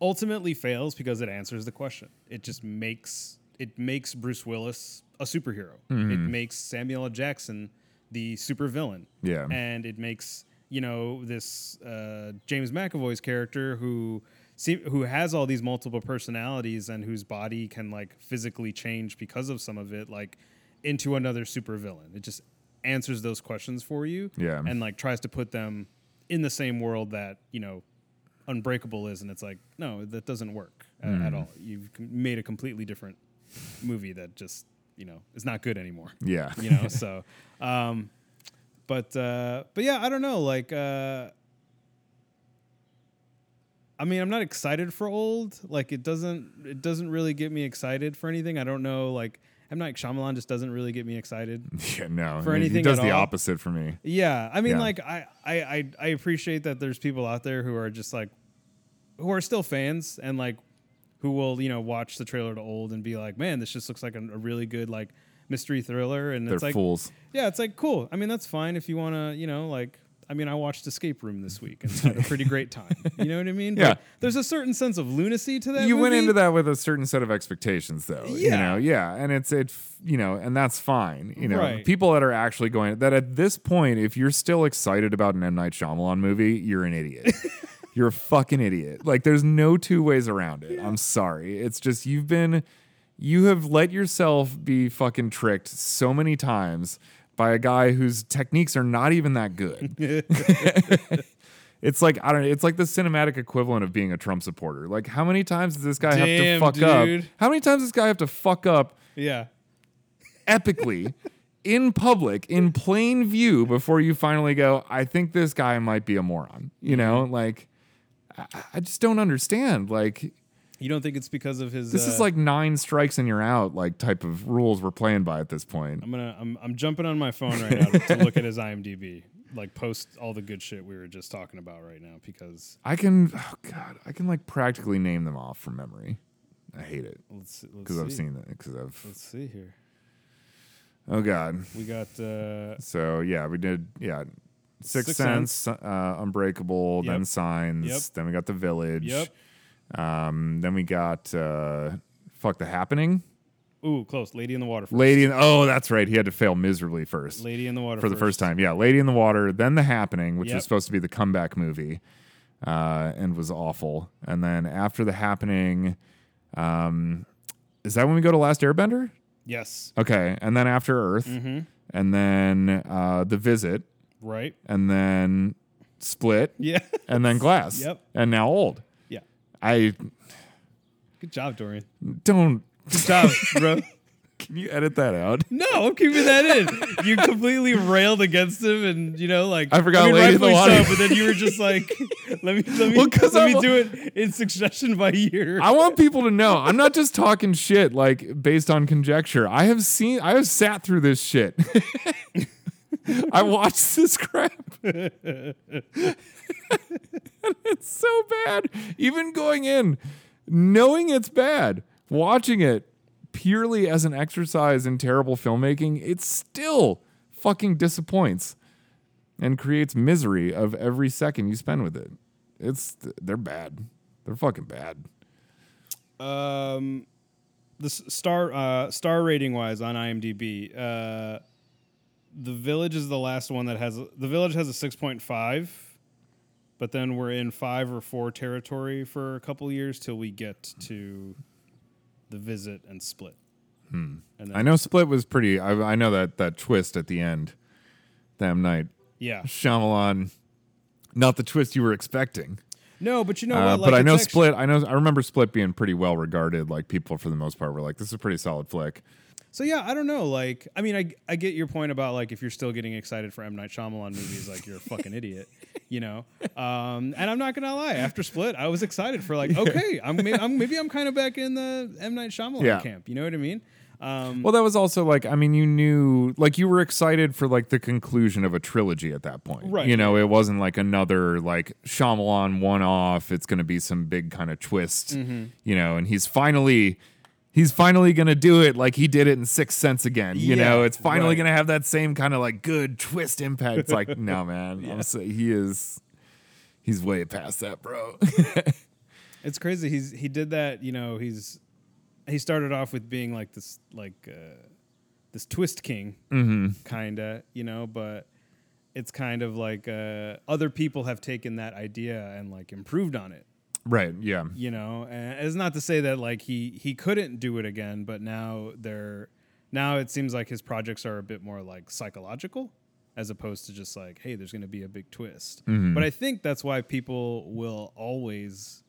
[SPEAKER 2] ultimately fails because it answers the question it just makes it makes bruce willis a superhero it
[SPEAKER 1] Mm-hmm.
[SPEAKER 2] makes samuel L. jackson the supervillain
[SPEAKER 1] Yeah.
[SPEAKER 2] and it makes you know this uh, James McAvoy's character who see, who has all these multiple personalities and whose body can like physically change because of some of it, like into another supervillain. It just answers those questions for you,
[SPEAKER 1] Yeah.
[SPEAKER 2] and like tries to put them in the same world that you know Unbreakable is, and it's like no, that doesn't work a- at all. You've com- made a completely different movie that just you know is not good anymore
[SPEAKER 1] Yeah.
[SPEAKER 2] you know so um but uh but yeah i don't know like uh i mean i'm not excited for old like it doesn't it doesn't really get me excited for anything i don't know like i'm not Shyamalan just doesn't really get me excited
[SPEAKER 1] <laughs> Yeah, no.
[SPEAKER 2] For
[SPEAKER 1] He- he
[SPEAKER 2] anything
[SPEAKER 1] does
[SPEAKER 2] at
[SPEAKER 1] the
[SPEAKER 2] all.
[SPEAKER 1] opposite for me.
[SPEAKER 2] yeah i mean
[SPEAKER 1] Yeah.
[SPEAKER 2] like I, I i i appreciate that there's people out there who are just like who are still fans and like who will you know watch the trailer to old and be like man this just looks like a, a really good like mystery thriller and
[SPEAKER 1] They're
[SPEAKER 2] it's like
[SPEAKER 1] fools.
[SPEAKER 2] yeah, it's like cool. I mean, that's fine if you want to, you know, like I mean, I watched Escape Room this week and had a pretty great
[SPEAKER 1] <laughs>
[SPEAKER 2] time. You know what I mean?
[SPEAKER 1] Yeah.
[SPEAKER 2] But there's a certain sense of lunacy to that.
[SPEAKER 1] you went
[SPEAKER 2] movie.
[SPEAKER 1] into that with a certain set of expectations though you
[SPEAKER 2] Yeah.
[SPEAKER 1] know yeah and it's it f- you know and that's fine you know
[SPEAKER 2] Right.
[SPEAKER 1] people that are actually going that at this point if you're still excited about an M Night Shyamalan movie you're an
[SPEAKER 2] <laughs>
[SPEAKER 1] idiot you're a fucking idiot like there's no two ways around it i'm sorry it's just you've been you have let yourself be fucking tricked so many times by a guy whose techniques are not even that good It's like I don't know. It's like the cinematic equivalent of being a Trump supporter. Like how many times does this guy have to
[SPEAKER 2] Damn,
[SPEAKER 1] fuck
[SPEAKER 2] dude.
[SPEAKER 1] up? How many times does this guy have to fuck up
[SPEAKER 2] Yeah. <laughs>
[SPEAKER 1] epically in public in plain view before you finally go? I think this guy might be a moron. You know,
[SPEAKER 2] Mm-hmm.
[SPEAKER 1] like I, I just don't understand. Like
[SPEAKER 2] You don't think it's because of his?
[SPEAKER 1] this is
[SPEAKER 2] uh,
[SPEAKER 1] like nine strikes and you're out. Like type of rules we're playing by at this point.
[SPEAKER 2] I'm gonna I'm I'm jumping on my phone right now to look at his IMDb, like post all the good shit we were just talking about right now because
[SPEAKER 1] I can oh god, I can like practically name them off from memory. I hate it
[SPEAKER 2] let's let's
[SPEAKER 1] because
[SPEAKER 2] see.
[SPEAKER 1] I've seen it because I've
[SPEAKER 2] Let's see here.
[SPEAKER 1] oh god.
[SPEAKER 2] We got uh
[SPEAKER 1] So yeah, we did yeah. Sixth,
[SPEAKER 2] Sixth
[SPEAKER 1] Sense, Uh, Unbreakable, then
[SPEAKER 2] Yep.
[SPEAKER 1] Signs,
[SPEAKER 2] Yep.
[SPEAKER 1] then we got The Village.
[SPEAKER 2] Yep.
[SPEAKER 1] Um, then we got uh, fuck the Happening,
[SPEAKER 2] ooh close Lady in the Water. first.
[SPEAKER 1] Lady in oh that's right he had to fail miserably first
[SPEAKER 2] Lady in the Water
[SPEAKER 1] for the first time yeah Lady in the Water then The Happening which
[SPEAKER 2] Yep.
[SPEAKER 1] was supposed to be the comeback movie uh, and was awful and then after The Happening um, is that when we go to Last Airbender
[SPEAKER 2] Yes.
[SPEAKER 1] okay and then After Earth
[SPEAKER 2] Mm-hmm.
[SPEAKER 1] and then uh, The Visit
[SPEAKER 2] Right. <laughs>
[SPEAKER 1] and then split
[SPEAKER 2] Yeah.
[SPEAKER 1] and then glass
[SPEAKER 2] Yep.
[SPEAKER 1] and now old
[SPEAKER 2] yeah.
[SPEAKER 1] i
[SPEAKER 2] Good job, Dorian.
[SPEAKER 1] don't
[SPEAKER 2] Good job, bro.
[SPEAKER 1] <laughs> Can you edit that out?
[SPEAKER 2] <laughs> No, I'm keeping that in. You completely railed against him, and you know, like
[SPEAKER 1] I forgot Lady in the
[SPEAKER 2] rightfully
[SPEAKER 1] Water.
[SPEAKER 2] So, but then you were just like, <laughs> "Let me, let me,
[SPEAKER 1] Well, 'cause
[SPEAKER 2] let
[SPEAKER 1] I'm-
[SPEAKER 2] me do it in succession by
[SPEAKER 1] <laughs>
[SPEAKER 2] year."
[SPEAKER 1] I want people to know I'm not just talking shit like based on conjecture. I have seen, I have sat through this shit. <laughs> I watched this crap. <laughs> And it's so bad. Even going in, knowing it's bad, watching it purely as an exercise in terrible filmmaking, it still fucking disappoints and creates misery of every second you spend with it. It's they're bad. They're fucking bad.
[SPEAKER 2] Um, the s- star uh, star rating wise on IMDb, uh, the Village is the last one that has a- the Village has a six point five, but then we're in five or four territory for a couple years till we get to the Visit and Split. And then,
[SPEAKER 1] I know Split was pretty. I, I know that that twist at the end, that night
[SPEAKER 2] yeah,
[SPEAKER 1] Shyamalan, not the twist you were expecting.
[SPEAKER 2] no, but you know
[SPEAKER 1] Uh,
[SPEAKER 2] what?
[SPEAKER 1] but I
[SPEAKER 2] it's
[SPEAKER 1] know
[SPEAKER 2] actu-
[SPEAKER 1] Split. I know I remember Split being pretty well regarded. Like people for the most part were like, "This is a pretty solid flick."
[SPEAKER 2] So yeah, I don't know. Like, I mean, I I get your point about like if you're still getting excited for M Night Shyamalan movies, like you're a fucking idiot, you know. Um, and I'm not gonna lie. After Split, I was excited for like, okay, I'm, may- I'm maybe I'm kind of back in the M Night Shyamalan
[SPEAKER 1] Yeah.
[SPEAKER 2] camp. You know what I mean? Um,
[SPEAKER 1] Well, that was also like I mean, you knew like you were excited for like the conclusion of a trilogy at that point,
[SPEAKER 2] Right.
[SPEAKER 1] You know, it wasn't like another like Shyamalan one-off. It's going to be some big kind of twist,
[SPEAKER 2] Mm-hmm.
[SPEAKER 1] you know. And he's finally, he's finally going to do it like he did it in Sixth Sense again. You
[SPEAKER 2] Yeah,
[SPEAKER 1] know, it's finally
[SPEAKER 2] right.
[SPEAKER 1] going to have that same kind of like good twist impact. It's
[SPEAKER 2] <laughs>
[SPEAKER 1] like no, man, I'm so, he is, he's way past that, bro. <laughs>
[SPEAKER 2] it's crazy. He's he did that. You know, he's he started off with being like this like uh, this twist king, kinda. You know, but. It's kind of like uh, other people have taken that idea and like improved on it.
[SPEAKER 1] right? Yeah.
[SPEAKER 2] you know and it's not to say that like he he couldn't do it again but now they're now it seems like his projects are a bit more like psychological as opposed to just like hey there's going to be a big twist
[SPEAKER 1] Mm-hmm.
[SPEAKER 2] but i think that's why people will always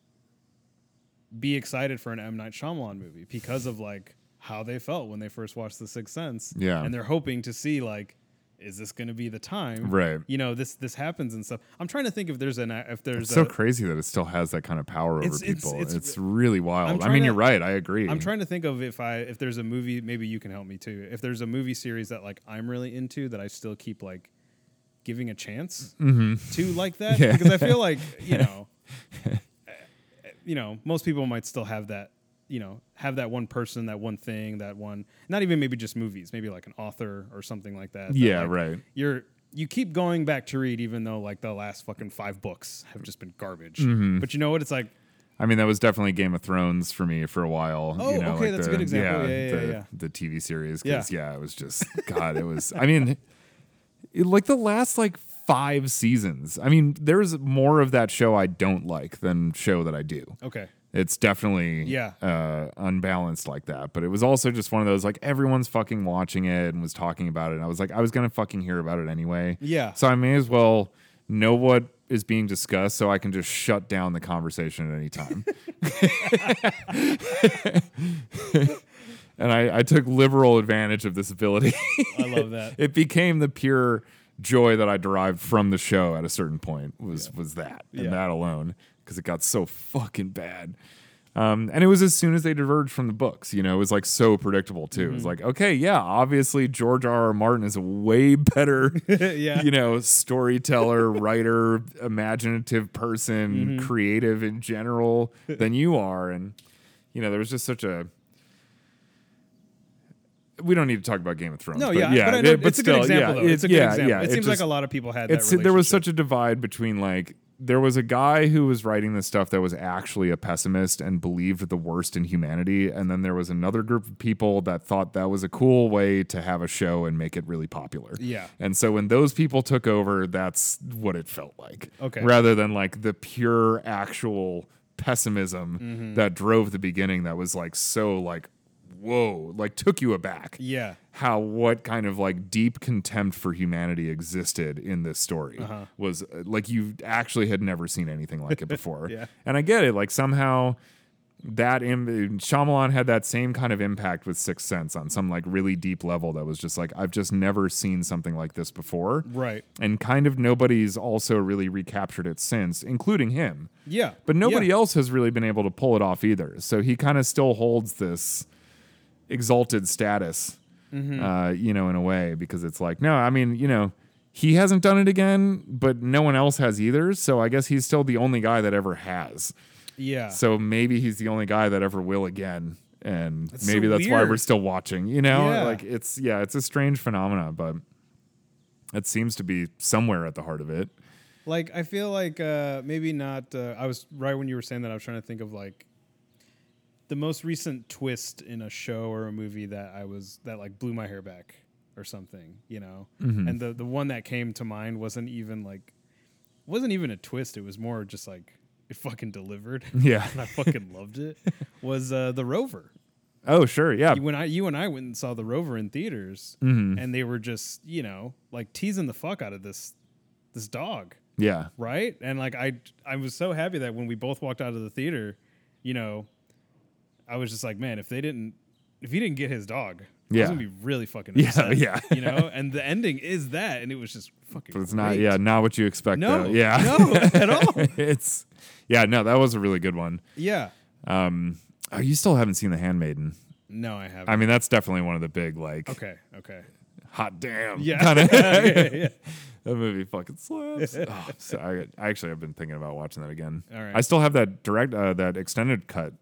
[SPEAKER 2] be excited for an M Night Shyamalan movie because of like how they felt when they first watched The Sixth Sense
[SPEAKER 1] Yeah.
[SPEAKER 2] and they're hoping to see like is this going to be the time
[SPEAKER 1] Right.
[SPEAKER 2] you know this this happens and stuff i'm trying to think if there's an if there's
[SPEAKER 1] It's so
[SPEAKER 2] a,
[SPEAKER 1] crazy that it still has that kind of power over
[SPEAKER 2] It's- it's-
[SPEAKER 1] people. It's,
[SPEAKER 2] it's-
[SPEAKER 1] really wild. I
[SPEAKER 2] trying
[SPEAKER 1] mean,
[SPEAKER 2] to-
[SPEAKER 1] you're right. I agree.
[SPEAKER 2] I'm trying to think of if I if there's a movie maybe you can help me too. If there's a movie series that like I'm really into that I still keep like giving a chance to like that
[SPEAKER 1] Mm-hmm. <laughs> Yeah.
[SPEAKER 2] because I feel like
[SPEAKER 1] <laughs>
[SPEAKER 2] you know uh, you know most people might still have that you know have that one person that one thing that one not even maybe just movies maybe like an author or something like that. that,
[SPEAKER 1] Yeah,
[SPEAKER 2] like,
[SPEAKER 1] right.
[SPEAKER 2] You're you keep going back to read even though like the last fucking five books have just been garbage.
[SPEAKER 1] Mm-hmm.
[SPEAKER 2] But you know what? It's like
[SPEAKER 1] I mean, that was definitely Game of Thrones for me for a while.
[SPEAKER 2] Oh,
[SPEAKER 1] you know,
[SPEAKER 2] okay,
[SPEAKER 1] like
[SPEAKER 2] that's a
[SPEAKER 1] the,
[SPEAKER 2] good example. Yeah, yeah,
[SPEAKER 1] the,
[SPEAKER 2] yeah, yeah.
[SPEAKER 1] the TV series. 'cause, yeah. it was just God. It was. I mean, it, like the last like five seasons. I mean, there's more of that show I don't like than show that I do.
[SPEAKER 2] okay.
[SPEAKER 1] It's definitely
[SPEAKER 2] Yeah.
[SPEAKER 1] uh, unbalanced like that. But it was also just one of those like everyone's fucking watching it and was talking about it. And I was like, I was gonna fucking hear about it anyway.
[SPEAKER 2] Yeah.
[SPEAKER 1] So I may as well know what is being discussed so I can just shut down the conversation at any
[SPEAKER 2] <laughs>
[SPEAKER 1] time. <laughs> and I, I took liberal advantage of this ability.
[SPEAKER 2] I
[SPEAKER 1] <laughs>
[SPEAKER 2] love that.
[SPEAKER 1] it became the pure joy that I derived from the show at a certain point was was that and
[SPEAKER 2] Yeah.
[SPEAKER 1] that alone because it got so fucking bad. Um, and it was as soon as they diverged from the books, you know, it was like so predictable too.
[SPEAKER 2] Mm-hmm.
[SPEAKER 1] It was like, okay, yeah, obviously George R. R. Martin is a way <laughs> better,
[SPEAKER 2] <laughs> Yeah.
[SPEAKER 1] you know, storyteller,
[SPEAKER 2] <laughs>
[SPEAKER 1] writer, imaginative person,
[SPEAKER 2] Mm-hmm.
[SPEAKER 1] creative in
[SPEAKER 2] <laughs>
[SPEAKER 1] general than you are. And, you know, there was just such a, we don't need to talk about Game of Thrones.
[SPEAKER 2] No,
[SPEAKER 1] but
[SPEAKER 2] yeah,
[SPEAKER 1] yeah,
[SPEAKER 2] but I know,
[SPEAKER 1] it- but
[SPEAKER 2] it's a
[SPEAKER 1] still,
[SPEAKER 2] good example.
[SPEAKER 1] yeah,
[SPEAKER 2] though. It's a good
[SPEAKER 1] yeah,
[SPEAKER 2] example.
[SPEAKER 1] yeah,
[SPEAKER 2] it seems like
[SPEAKER 1] just-
[SPEAKER 2] a lot of people had that.
[SPEAKER 1] it's there was
[SPEAKER 2] relationship.
[SPEAKER 1] such a divide between like there was a guy who was writing this stuff that was actually a pessimist and believed the worst in humanity and then there was another group of people that thought that was a cool way to have a show and make it really popular
[SPEAKER 2] Yeah.
[SPEAKER 1] and so when those people took over that's what it felt like
[SPEAKER 2] Okay.
[SPEAKER 1] rather than like the pure actual pessimism
[SPEAKER 2] Mm-hmm.
[SPEAKER 1] that drove the beginning that was like so like whoa like took you aback
[SPEAKER 2] yeah.
[SPEAKER 1] how what kind of like deep contempt for humanity existed in this story
[SPEAKER 2] Uh-huh.
[SPEAKER 1] was uh, like you actually had never seen anything like it before.
[SPEAKER 2] <laughs> Yeah.
[SPEAKER 1] And I get it, like somehow that Im- Shyamalan had that same kind of impact with Sixth Sense on some like really deep level that was just like I've just never seen something like this before,
[SPEAKER 2] Right.
[SPEAKER 1] and kind of nobody's also really recaptured it since, including him.
[SPEAKER 2] Yeah.
[SPEAKER 1] But nobody
[SPEAKER 2] yeah.
[SPEAKER 1] else has really been able to pull it off either. So he kind of still holds this exalted status,
[SPEAKER 2] Mm-hmm.
[SPEAKER 1] uh, you know, in a way, because it's like, no, I mean, you know, he hasn't done it again, but no one else has either. So I guess he's still the only guy that ever has.
[SPEAKER 2] Yeah.
[SPEAKER 1] So maybe he's the only guy that ever will again. And
[SPEAKER 2] so
[SPEAKER 1] maybe that's why we're
[SPEAKER 2] weird.
[SPEAKER 1] still watching, you know?
[SPEAKER 2] Yeah.
[SPEAKER 1] Like it's, yeah, it's a strange phenomena, but it seems to be somewhere at the heart of it. <laughs>
[SPEAKER 2] Like I feel like uh, maybe not. Uh, I was right when you were saying that. I was trying to think of like the most recent twist in a show or a movie that I was that like blew my hair back or something. You know,
[SPEAKER 1] Mm-hmm.
[SPEAKER 2] and the the one that came to mind wasn't even like wasn't even a twist. It was more just like it fucking delivered.
[SPEAKER 1] Yeah.
[SPEAKER 2] <laughs> and I fucking loved it. Was uh, the Rover
[SPEAKER 1] Oh, sure. Yeah.
[SPEAKER 2] when I you and I went and saw the Rover in theaters,
[SPEAKER 1] Mm-hmm.
[SPEAKER 2] and they were just you know like teasing the fuck out of this this dog
[SPEAKER 1] Yeah.
[SPEAKER 2] right and like i i was so happy that when we both walked out of the theater you know i was just like man if they didn't if he didn't get his dog i
[SPEAKER 1] Yeah.
[SPEAKER 2] was gonna be really fucking
[SPEAKER 1] Yeah,
[SPEAKER 2] upset,
[SPEAKER 1] yeah.
[SPEAKER 2] you know
[SPEAKER 1] <laughs>
[SPEAKER 2] and the ending is that and it was just fucking
[SPEAKER 1] But it's not,
[SPEAKER 2] great.
[SPEAKER 1] yeah, not what you expect.
[SPEAKER 2] No,
[SPEAKER 1] though. yeah, <laughs>
[SPEAKER 2] no, at all.
[SPEAKER 1] it's, yeah, no, that was a really good one.
[SPEAKER 2] yeah
[SPEAKER 1] Um, oh, you still haven't seen The Handmaiden.
[SPEAKER 2] no i haven't
[SPEAKER 1] I mean, that's definitely one of the big, like,
[SPEAKER 2] okay okay
[SPEAKER 1] hot damn,
[SPEAKER 2] <laughs>
[SPEAKER 1] <laughs>
[SPEAKER 2] yeah,
[SPEAKER 1] kinda-
[SPEAKER 2] Okay,
[SPEAKER 1] that movie fucking
[SPEAKER 2] <laughs>
[SPEAKER 1] slaps. oh, so I, I actually have been thinking about watching that again.
[SPEAKER 2] All right.
[SPEAKER 1] I still have that direct, uh, that extended cut.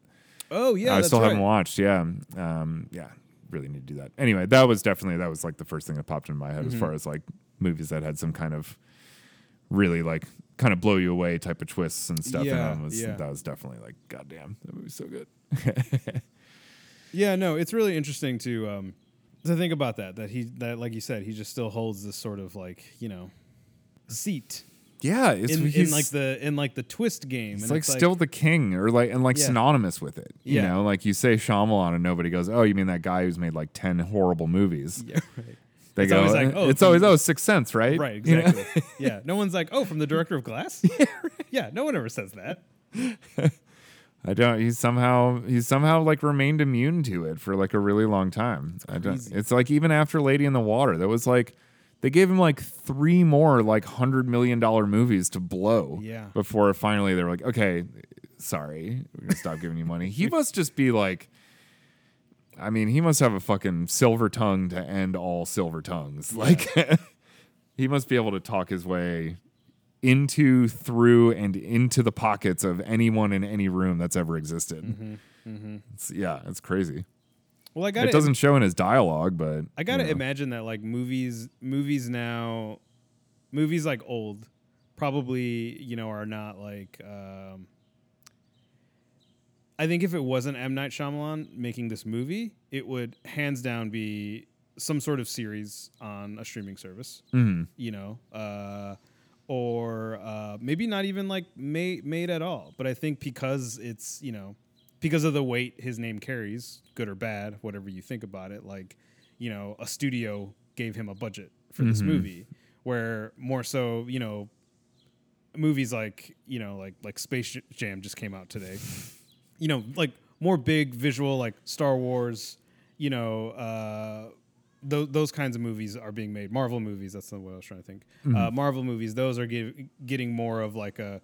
[SPEAKER 2] oh yeah
[SPEAKER 1] I
[SPEAKER 2] that's
[SPEAKER 1] still
[SPEAKER 2] right.
[SPEAKER 1] haven't watched. Yeah, um, yeah, really need to do that. Anyway, that was definitely that was like the first thing that popped in my head
[SPEAKER 2] Mm-hmm.
[SPEAKER 1] as far as like movies that had some kind of really like kind of blow you away type of twists and stuff.
[SPEAKER 2] Yeah,
[SPEAKER 1] and that was
[SPEAKER 2] yeah.
[SPEAKER 1] that was definitely like, goddamn, that movie's so good. <laughs>
[SPEAKER 2] Yeah, no, it's really interesting to um, to think about that. That he that like you said, he just still holds this sort of like you know seat
[SPEAKER 1] Yeah, it's
[SPEAKER 2] in, in
[SPEAKER 1] he's-
[SPEAKER 2] like the in like the twist game.
[SPEAKER 1] It's
[SPEAKER 2] and
[SPEAKER 1] like
[SPEAKER 2] it's
[SPEAKER 1] still
[SPEAKER 2] <laughs>
[SPEAKER 1] the king, or like and like
[SPEAKER 2] Yeah.
[SPEAKER 1] synonymous with it. You
[SPEAKER 2] Yeah.
[SPEAKER 1] know, like you say Shyamalan, and nobody goes, "Oh, you mean that guy who's made like ten horrible movies?"
[SPEAKER 2] yeah, right.
[SPEAKER 1] They
[SPEAKER 2] It's
[SPEAKER 1] go,
[SPEAKER 2] always like, "Oh,
[SPEAKER 1] "It's
[SPEAKER 2] from-
[SPEAKER 1] always oh, Sixth Sense, right?"
[SPEAKER 2] Right,
[SPEAKER 1] You know?
[SPEAKER 2] exactly.
[SPEAKER 1] <laughs>
[SPEAKER 2] yeah, no one's like, oh, from the director of Glass. yeah, no one ever says that.
[SPEAKER 1] I don't. He's somehow he's somehow like remained immune to it for like a really long time. I don't.
[SPEAKER 2] crazy.
[SPEAKER 1] It's like even after Lady in the Water, that was like they gave him like three more like hundred million dollar movies to blow.
[SPEAKER 2] Yeah.
[SPEAKER 1] Before finally they were like, okay, sorry, we're gonna stop giving you money. He
[SPEAKER 2] <laughs>
[SPEAKER 1] must just be like. I mean, he must have a fucking silver tongue to end all silver tongues. Like, <laughs> he must be able to talk his way into, through, and into the pockets of anyone in any room that's ever existed. It's, yeah, it's crazy.
[SPEAKER 2] Well, I got
[SPEAKER 1] It doesn't show in his dialogue, but
[SPEAKER 2] I gotta
[SPEAKER 1] you know.
[SPEAKER 2] imagine that like movies, movies now, movies like old, probably you know are not like. Um, I think if it wasn't M Night Shyamalan making this movie, it would hands down be some sort of series on a streaming service. You know, uh, or uh, maybe not even like made made at all. But I think because it's you know because of the weight his name carries, good or bad, whatever you think about it, like, you know, a studio gave him a budget for this movie where more so, you know, movies like, you know, like like Space Jam just came out today. you know, like more big visual like Star Wars, you know, uh those, those kinds of movies are being made. Marvel movies, that's not what I was trying to think. Uh, Marvel movies, those are give, getting more of like a,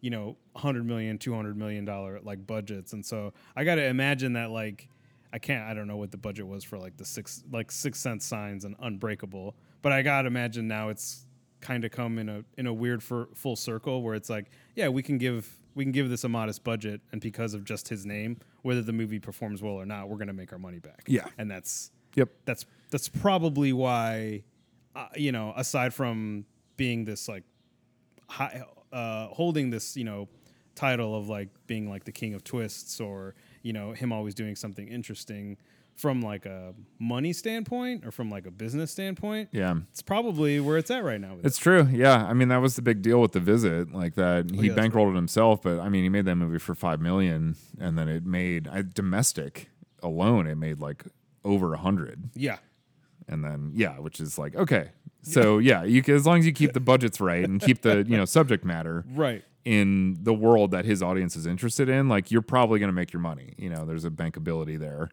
[SPEAKER 2] you know 100 million 200 million dollar like budgets and so i gotta imagine that like i can't i don't know what the budget was for like the six like six cent signs and unbreakable but i gotta imagine now it's kind of come in a in a weird for full circle where it's like yeah we can give we can give this a modest budget and because of just his name whether the movie performs well or not we're gonna make our money back
[SPEAKER 1] Yeah.
[SPEAKER 2] and that's
[SPEAKER 1] Yep.
[SPEAKER 2] that's that's probably why uh, you know aside from being this like high, uh, holding this you know title of like being like the king of twists or you know him always doing something interesting from like a money standpoint or from like a business standpoint
[SPEAKER 1] Yeah.
[SPEAKER 2] it's probably where it's at right now with
[SPEAKER 1] It's true. Yeah. I mean, that was the big deal with the visit, like that he
[SPEAKER 2] yeah, that's
[SPEAKER 1] bankrolled it himself, but I mean, he made that movie for 5 million and then it made I, domestic alone it made like over a 100.
[SPEAKER 2] it. yeah
[SPEAKER 1] And then yeah, which is like okay, So yeah, you can, as long as you keep the budgets right and keep the you know subject matter
[SPEAKER 2] Right.
[SPEAKER 1] in the world that his audience is interested in, like you're probably going to make your money. You know, there's a bankability there.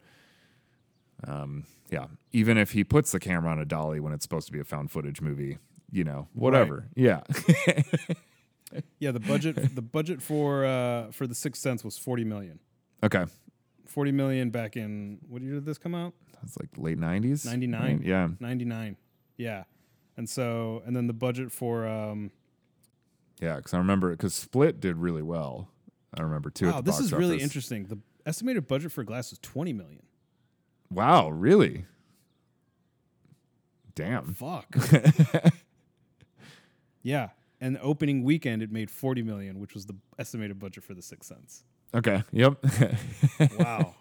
[SPEAKER 1] Um, yeah, even if he puts the camera on a dolly when it's supposed to be a found footage movie, you know, whatever. Yeah, <laughs>
[SPEAKER 2] Yeah, the budget the budget for uh for the Sixth Sense was forty million.
[SPEAKER 1] okay,
[SPEAKER 2] Forty million back in what year did this come out?
[SPEAKER 1] that's like late '90s,
[SPEAKER 2] 99.
[SPEAKER 1] Right? Yeah,
[SPEAKER 2] Ninety nine. Yeah. And so and then the budget for um
[SPEAKER 1] yeah, because I remember because Split did really well. I remember too. at
[SPEAKER 2] wow,
[SPEAKER 1] the
[SPEAKER 2] this
[SPEAKER 1] box
[SPEAKER 2] is really
[SPEAKER 1] office.
[SPEAKER 2] interesting. The estimated budget for glass was twenty million.
[SPEAKER 1] Wow, really? Damn.
[SPEAKER 2] Fuck. yeah. And the opening weekend it made forty million, which was the estimated budget for the Sixth Sense.
[SPEAKER 1] <laughs> Okay. Yep. <laughs>
[SPEAKER 2] Wow.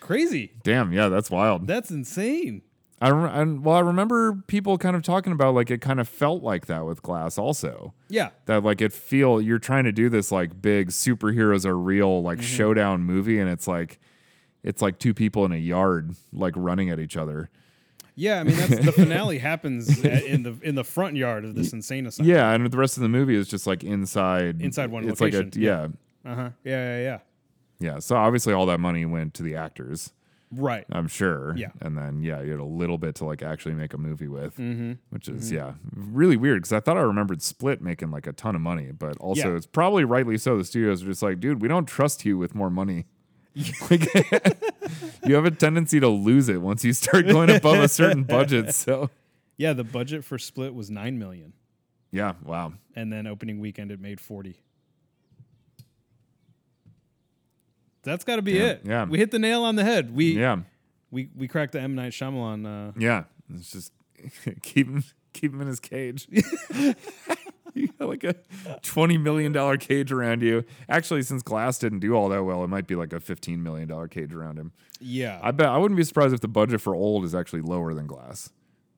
[SPEAKER 2] Crazy.
[SPEAKER 1] Damn. Yeah, that's wild.
[SPEAKER 2] That's insane.
[SPEAKER 1] I, rem- I well, I remember people kind of talking about like it kind of felt like that with Glass also.
[SPEAKER 2] Yeah.
[SPEAKER 1] That like it feel you're trying to do this like big superheroes are real
[SPEAKER 2] Mm-hmm.
[SPEAKER 1] like showdown movie and it's like it's like two people in a yard like running at each other.
[SPEAKER 2] Yeah, I mean that's
[SPEAKER 1] <laughs>
[SPEAKER 2] the finale happens at, in the in the front yard of this insane asylum.
[SPEAKER 1] Yeah, and the rest of the movie is just like inside
[SPEAKER 2] Inside one
[SPEAKER 1] it's Like a,
[SPEAKER 2] location.
[SPEAKER 1] yeah.
[SPEAKER 2] Uh huh. Yeah, yeah, yeah.
[SPEAKER 1] Yeah. So obviously all that money went to the actors.
[SPEAKER 2] Right.
[SPEAKER 1] I'm sure.
[SPEAKER 2] Yeah.
[SPEAKER 1] And then yeah, you had a little bit to like actually make a movie with,
[SPEAKER 2] Mm-hmm.
[SPEAKER 1] which is yeah, really weird because I thought I remembered Split making like a ton of money, but also
[SPEAKER 2] Yeah.
[SPEAKER 1] it's probably rightly so. The studios are just like, dude, we don't trust you with more money. <laughs> like, <laughs> you have a tendency to lose it once you start going above a certain budget. So
[SPEAKER 2] Yeah, the budget for Split was nine million,
[SPEAKER 1] yeah, wow,
[SPEAKER 2] and then opening weekend it made forty. That's got to be
[SPEAKER 1] Yeah,
[SPEAKER 2] it.
[SPEAKER 1] yeah.
[SPEAKER 2] we hit the nail on the head. We
[SPEAKER 1] yeah,
[SPEAKER 2] we we cracked the M Night Shyamalan. Uh,
[SPEAKER 1] yeah. It's just <laughs> keep him keep him in his cage. <laughs> you got like a twenty million dollar cage around you. Actually, since Glass didn't do all that well, it might be like a fifteen million dollar cage around him.
[SPEAKER 2] yeah,
[SPEAKER 1] I bet I wouldn't be surprised if the budget for Old is actually lower than Glass.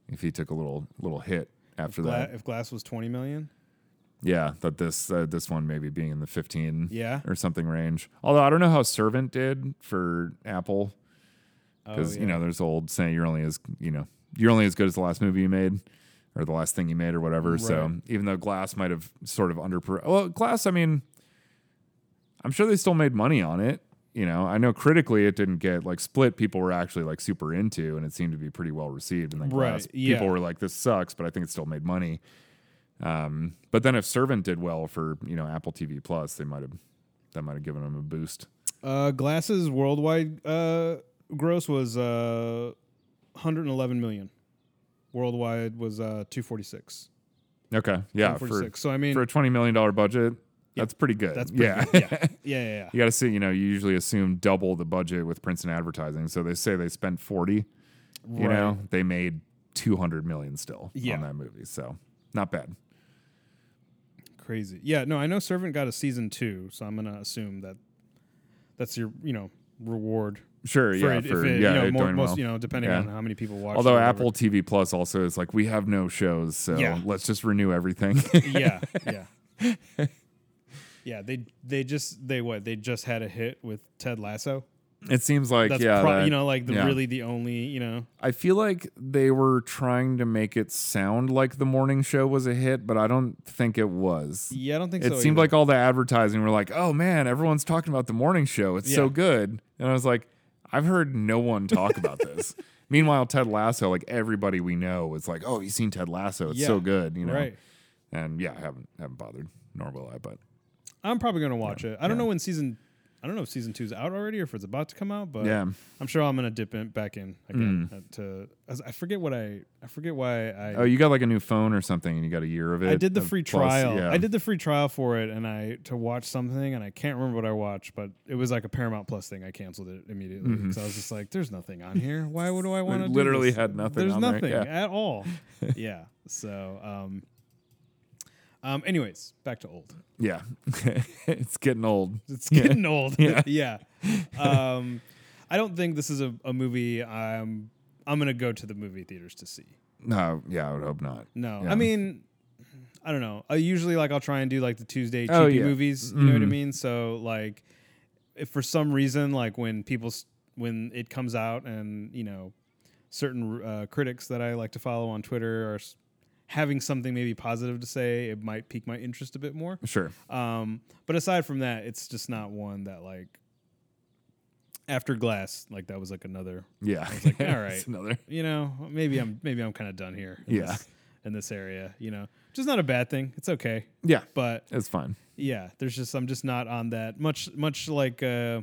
[SPEAKER 1] If he took a little little hit after
[SPEAKER 2] Gla-
[SPEAKER 1] that,
[SPEAKER 2] if Glass was twenty million,
[SPEAKER 1] yeah, that this uh, this one maybe being in the fifteen
[SPEAKER 2] Yeah.
[SPEAKER 1] or something range. Although I don't know how Servant did for Apple because you
[SPEAKER 2] Oh, yeah.
[SPEAKER 1] know there's the old saying you're only as you know you're only as good as the last movie you made or the last thing you made or whatever. So
[SPEAKER 2] Right.
[SPEAKER 1] even though Glass might have sort of underper well Glass, I mean, I'm sure they still made money on it. You know, I know critically it didn't get like split. People were actually like super into, and it seemed to be pretty well received. And then
[SPEAKER 2] Right,
[SPEAKER 1] Glass,
[SPEAKER 2] yeah.
[SPEAKER 1] people were like, "This sucks," but I think it still made money. Um, but then if Servant did well for you know Apple TV Plus, they might have that might have given them a boost.
[SPEAKER 2] uh, Glass's worldwide uh, gross was uh, one hundred and eleven million. Worldwide was uh, two forty six.
[SPEAKER 1] Okay, yeah, for
[SPEAKER 2] 146. so I mean,
[SPEAKER 1] for a twenty million dollar budget, that's pretty good. <laughs>
[SPEAKER 2] that's pretty
[SPEAKER 1] yeah.
[SPEAKER 2] good. yeah, yeah, yeah. yeah.
[SPEAKER 1] you got to see. You know, you usually assume double the budget with prints and advertising. So they say they spent forty. You
[SPEAKER 2] Right.
[SPEAKER 1] know, they made two hundred million still
[SPEAKER 2] Yeah.
[SPEAKER 1] on that movie. So not bad.
[SPEAKER 2] Crazy. Yeah, no, I know Servant got a season two, so I'm gonna assume that that's your, you know, reward
[SPEAKER 1] Sure. yeah.
[SPEAKER 2] it,
[SPEAKER 1] for
[SPEAKER 2] if it,
[SPEAKER 1] yeah,
[SPEAKER 2] you know,
[SPEAKER 1] it
[SPEAKER 2] more,
[SPEAKER 1] doing
[SPEAKER 2] most,
[SPEAKER 1] well.
[SPEAKER 2] you know, depending
[SPEAKER 1] Yeah.
[SPEAKER 2] on how many people watch.
[SPEAKER 1] Although
[SPEAKER 2] or whatever.
[SPEAKER 1] Apple TV Plus also is like, we have no shows, so
[SPEAKER 2] Yeah.
[SPEAKER 1] let's just renew everything. <laughs>
[SPEAKER 2] yeah, <laughs> yeah, yeah. They they just they what they just had a hit with Ted Lasso.
[SPEAKER 1] it seems like
[SPEAKER 2] That's
[SPEAKER 1] yeah,
[SPEAKER 2] pro-
[SPEAKER 1] that-
[SPEAKER 2] you know like the
[SPEAKER 1] yeah.
[SPEAKER 2] really the only you know
[SPEAKER 1] I feel like they were trying to make it sound like the morning show was a hit, but I don't think it was.
[SPEAKER 2] yeah I don't think
[SPEAKER 1] it
[SPEAKER 2] so.
[SPEAKER 1] seemed
[SPEAKER 2] either.
[SPEAKER 1] like all the advertising were like, "Oh man, everyone's talking about the morning show. It's so
[SPEAKER 2] Yeah.
[SPEAKER 1] good." And I was like, "I've heard no one talk about
[SPEAKER 2] <laughs>
[SPEAKER 1] this." Meanwhile, Ted Lasso, like everybody we know, was like, "Oh, you seen Ted Lasso? It's
[SPEAKER 2] Yeah,
[SPEAKER 1] so good," you know.
[SPEAKER 2] right.
[SPEAKER 1] And yeah, I haven't haven't bothered, nor will I. But
[SPEAKER 2] I'm probably gonna watch it. I don't know when season. I don't know if season two's out already or if it's about to come out, but
[SPEAKER 1] Yeah. Hmm.
[SPEAKER 2] I'm sure I'm gonna dip in, back in again uh, to. as- I forget what I. I forget why I.
[SPEAKER 1] oh, you got like a new phone or something, and you got a year of it.
[SPEAKER 2] I did the
[SPEAKER 1] of
[SPEAKER 2] free
[SPEAKER 1] plus-
[SPEAKER 2] trial.
[SPEAKER 1] yeah.
[SPEAKER 2] I did the free trial for it, and I to watch something, and I can't remember what I watched, but it was like a Paramount Plus thing. I canceled it immediately because I was just like, "There's nothing on here. Why would
[SPEAKER 1] <laughs>
[SPEAKER 2] do I want to?"
[SPEAKER 1] Mm-hmm. literally had nothing
[SPEAKER 2] There's
[SPEAKER 1] on there,
[SPEAKER 2] nothing
[SPEAKER 1] yeah.
[SPEAKER 2] at
[SPEAKER 1] <laughs>
[SPEAKER 2] all. yeah. So, um, um. Anyways, back
[SPEAKER 1] <laughs>
[SPEAKER 2] to old.
[SPEAKER 1] Yeah, it's getting old.
[SPEAKER 2] It's getting old. <laughs> Yeah. Um, I don't think this is a, a movie I'm I'm gonna go to the movie theaters to see.
[SPEAKER 1] No, yeah, I would hope not.
[SPEAKER 2] No.
[SPEAKER 1] Yeah.
[SPEAKER 2] I mean I don't know. I usually like I'll try and do like the Tuesday cheapy
[SPEAKER 1] Oh, yeah.
[SPEAKER 2] movies, you know what I mean? So like if for some reason like when people s- when it comes out and, you know, certain uh, critics that I like to follow on Twitter are s- having something maybe positive to say, it might pique my interest a bit more.
[SPEAKER 1] Sure.
[SPEAKER 2] Um, but aside from that, it's just not one that like after Glass, like that was like another,
[SPEAKER 1] Yeah.
[SPEAKER 2] like, all
[SPEAKER 1] <laughs>
[SPEAKER 2] right.
[SPEAKER 1] It's another.
[SPEAKER 2] you know, maybe I'm maybe I'm kind of done here. in
[SPEAKER 1] Yeah.
[SPEAKER 2] this- in this area, you know, which is not a bad thing. It's okay,
[SPEAKER 1] Yeah.
[SPEAKER 2] but
[SPEAKER 1] It's
[SPEAKER 2] <laughs>
[SPEAKER 1] fine.
[SPEAKER 2] yeah, there's just I'm just not on that much much like uh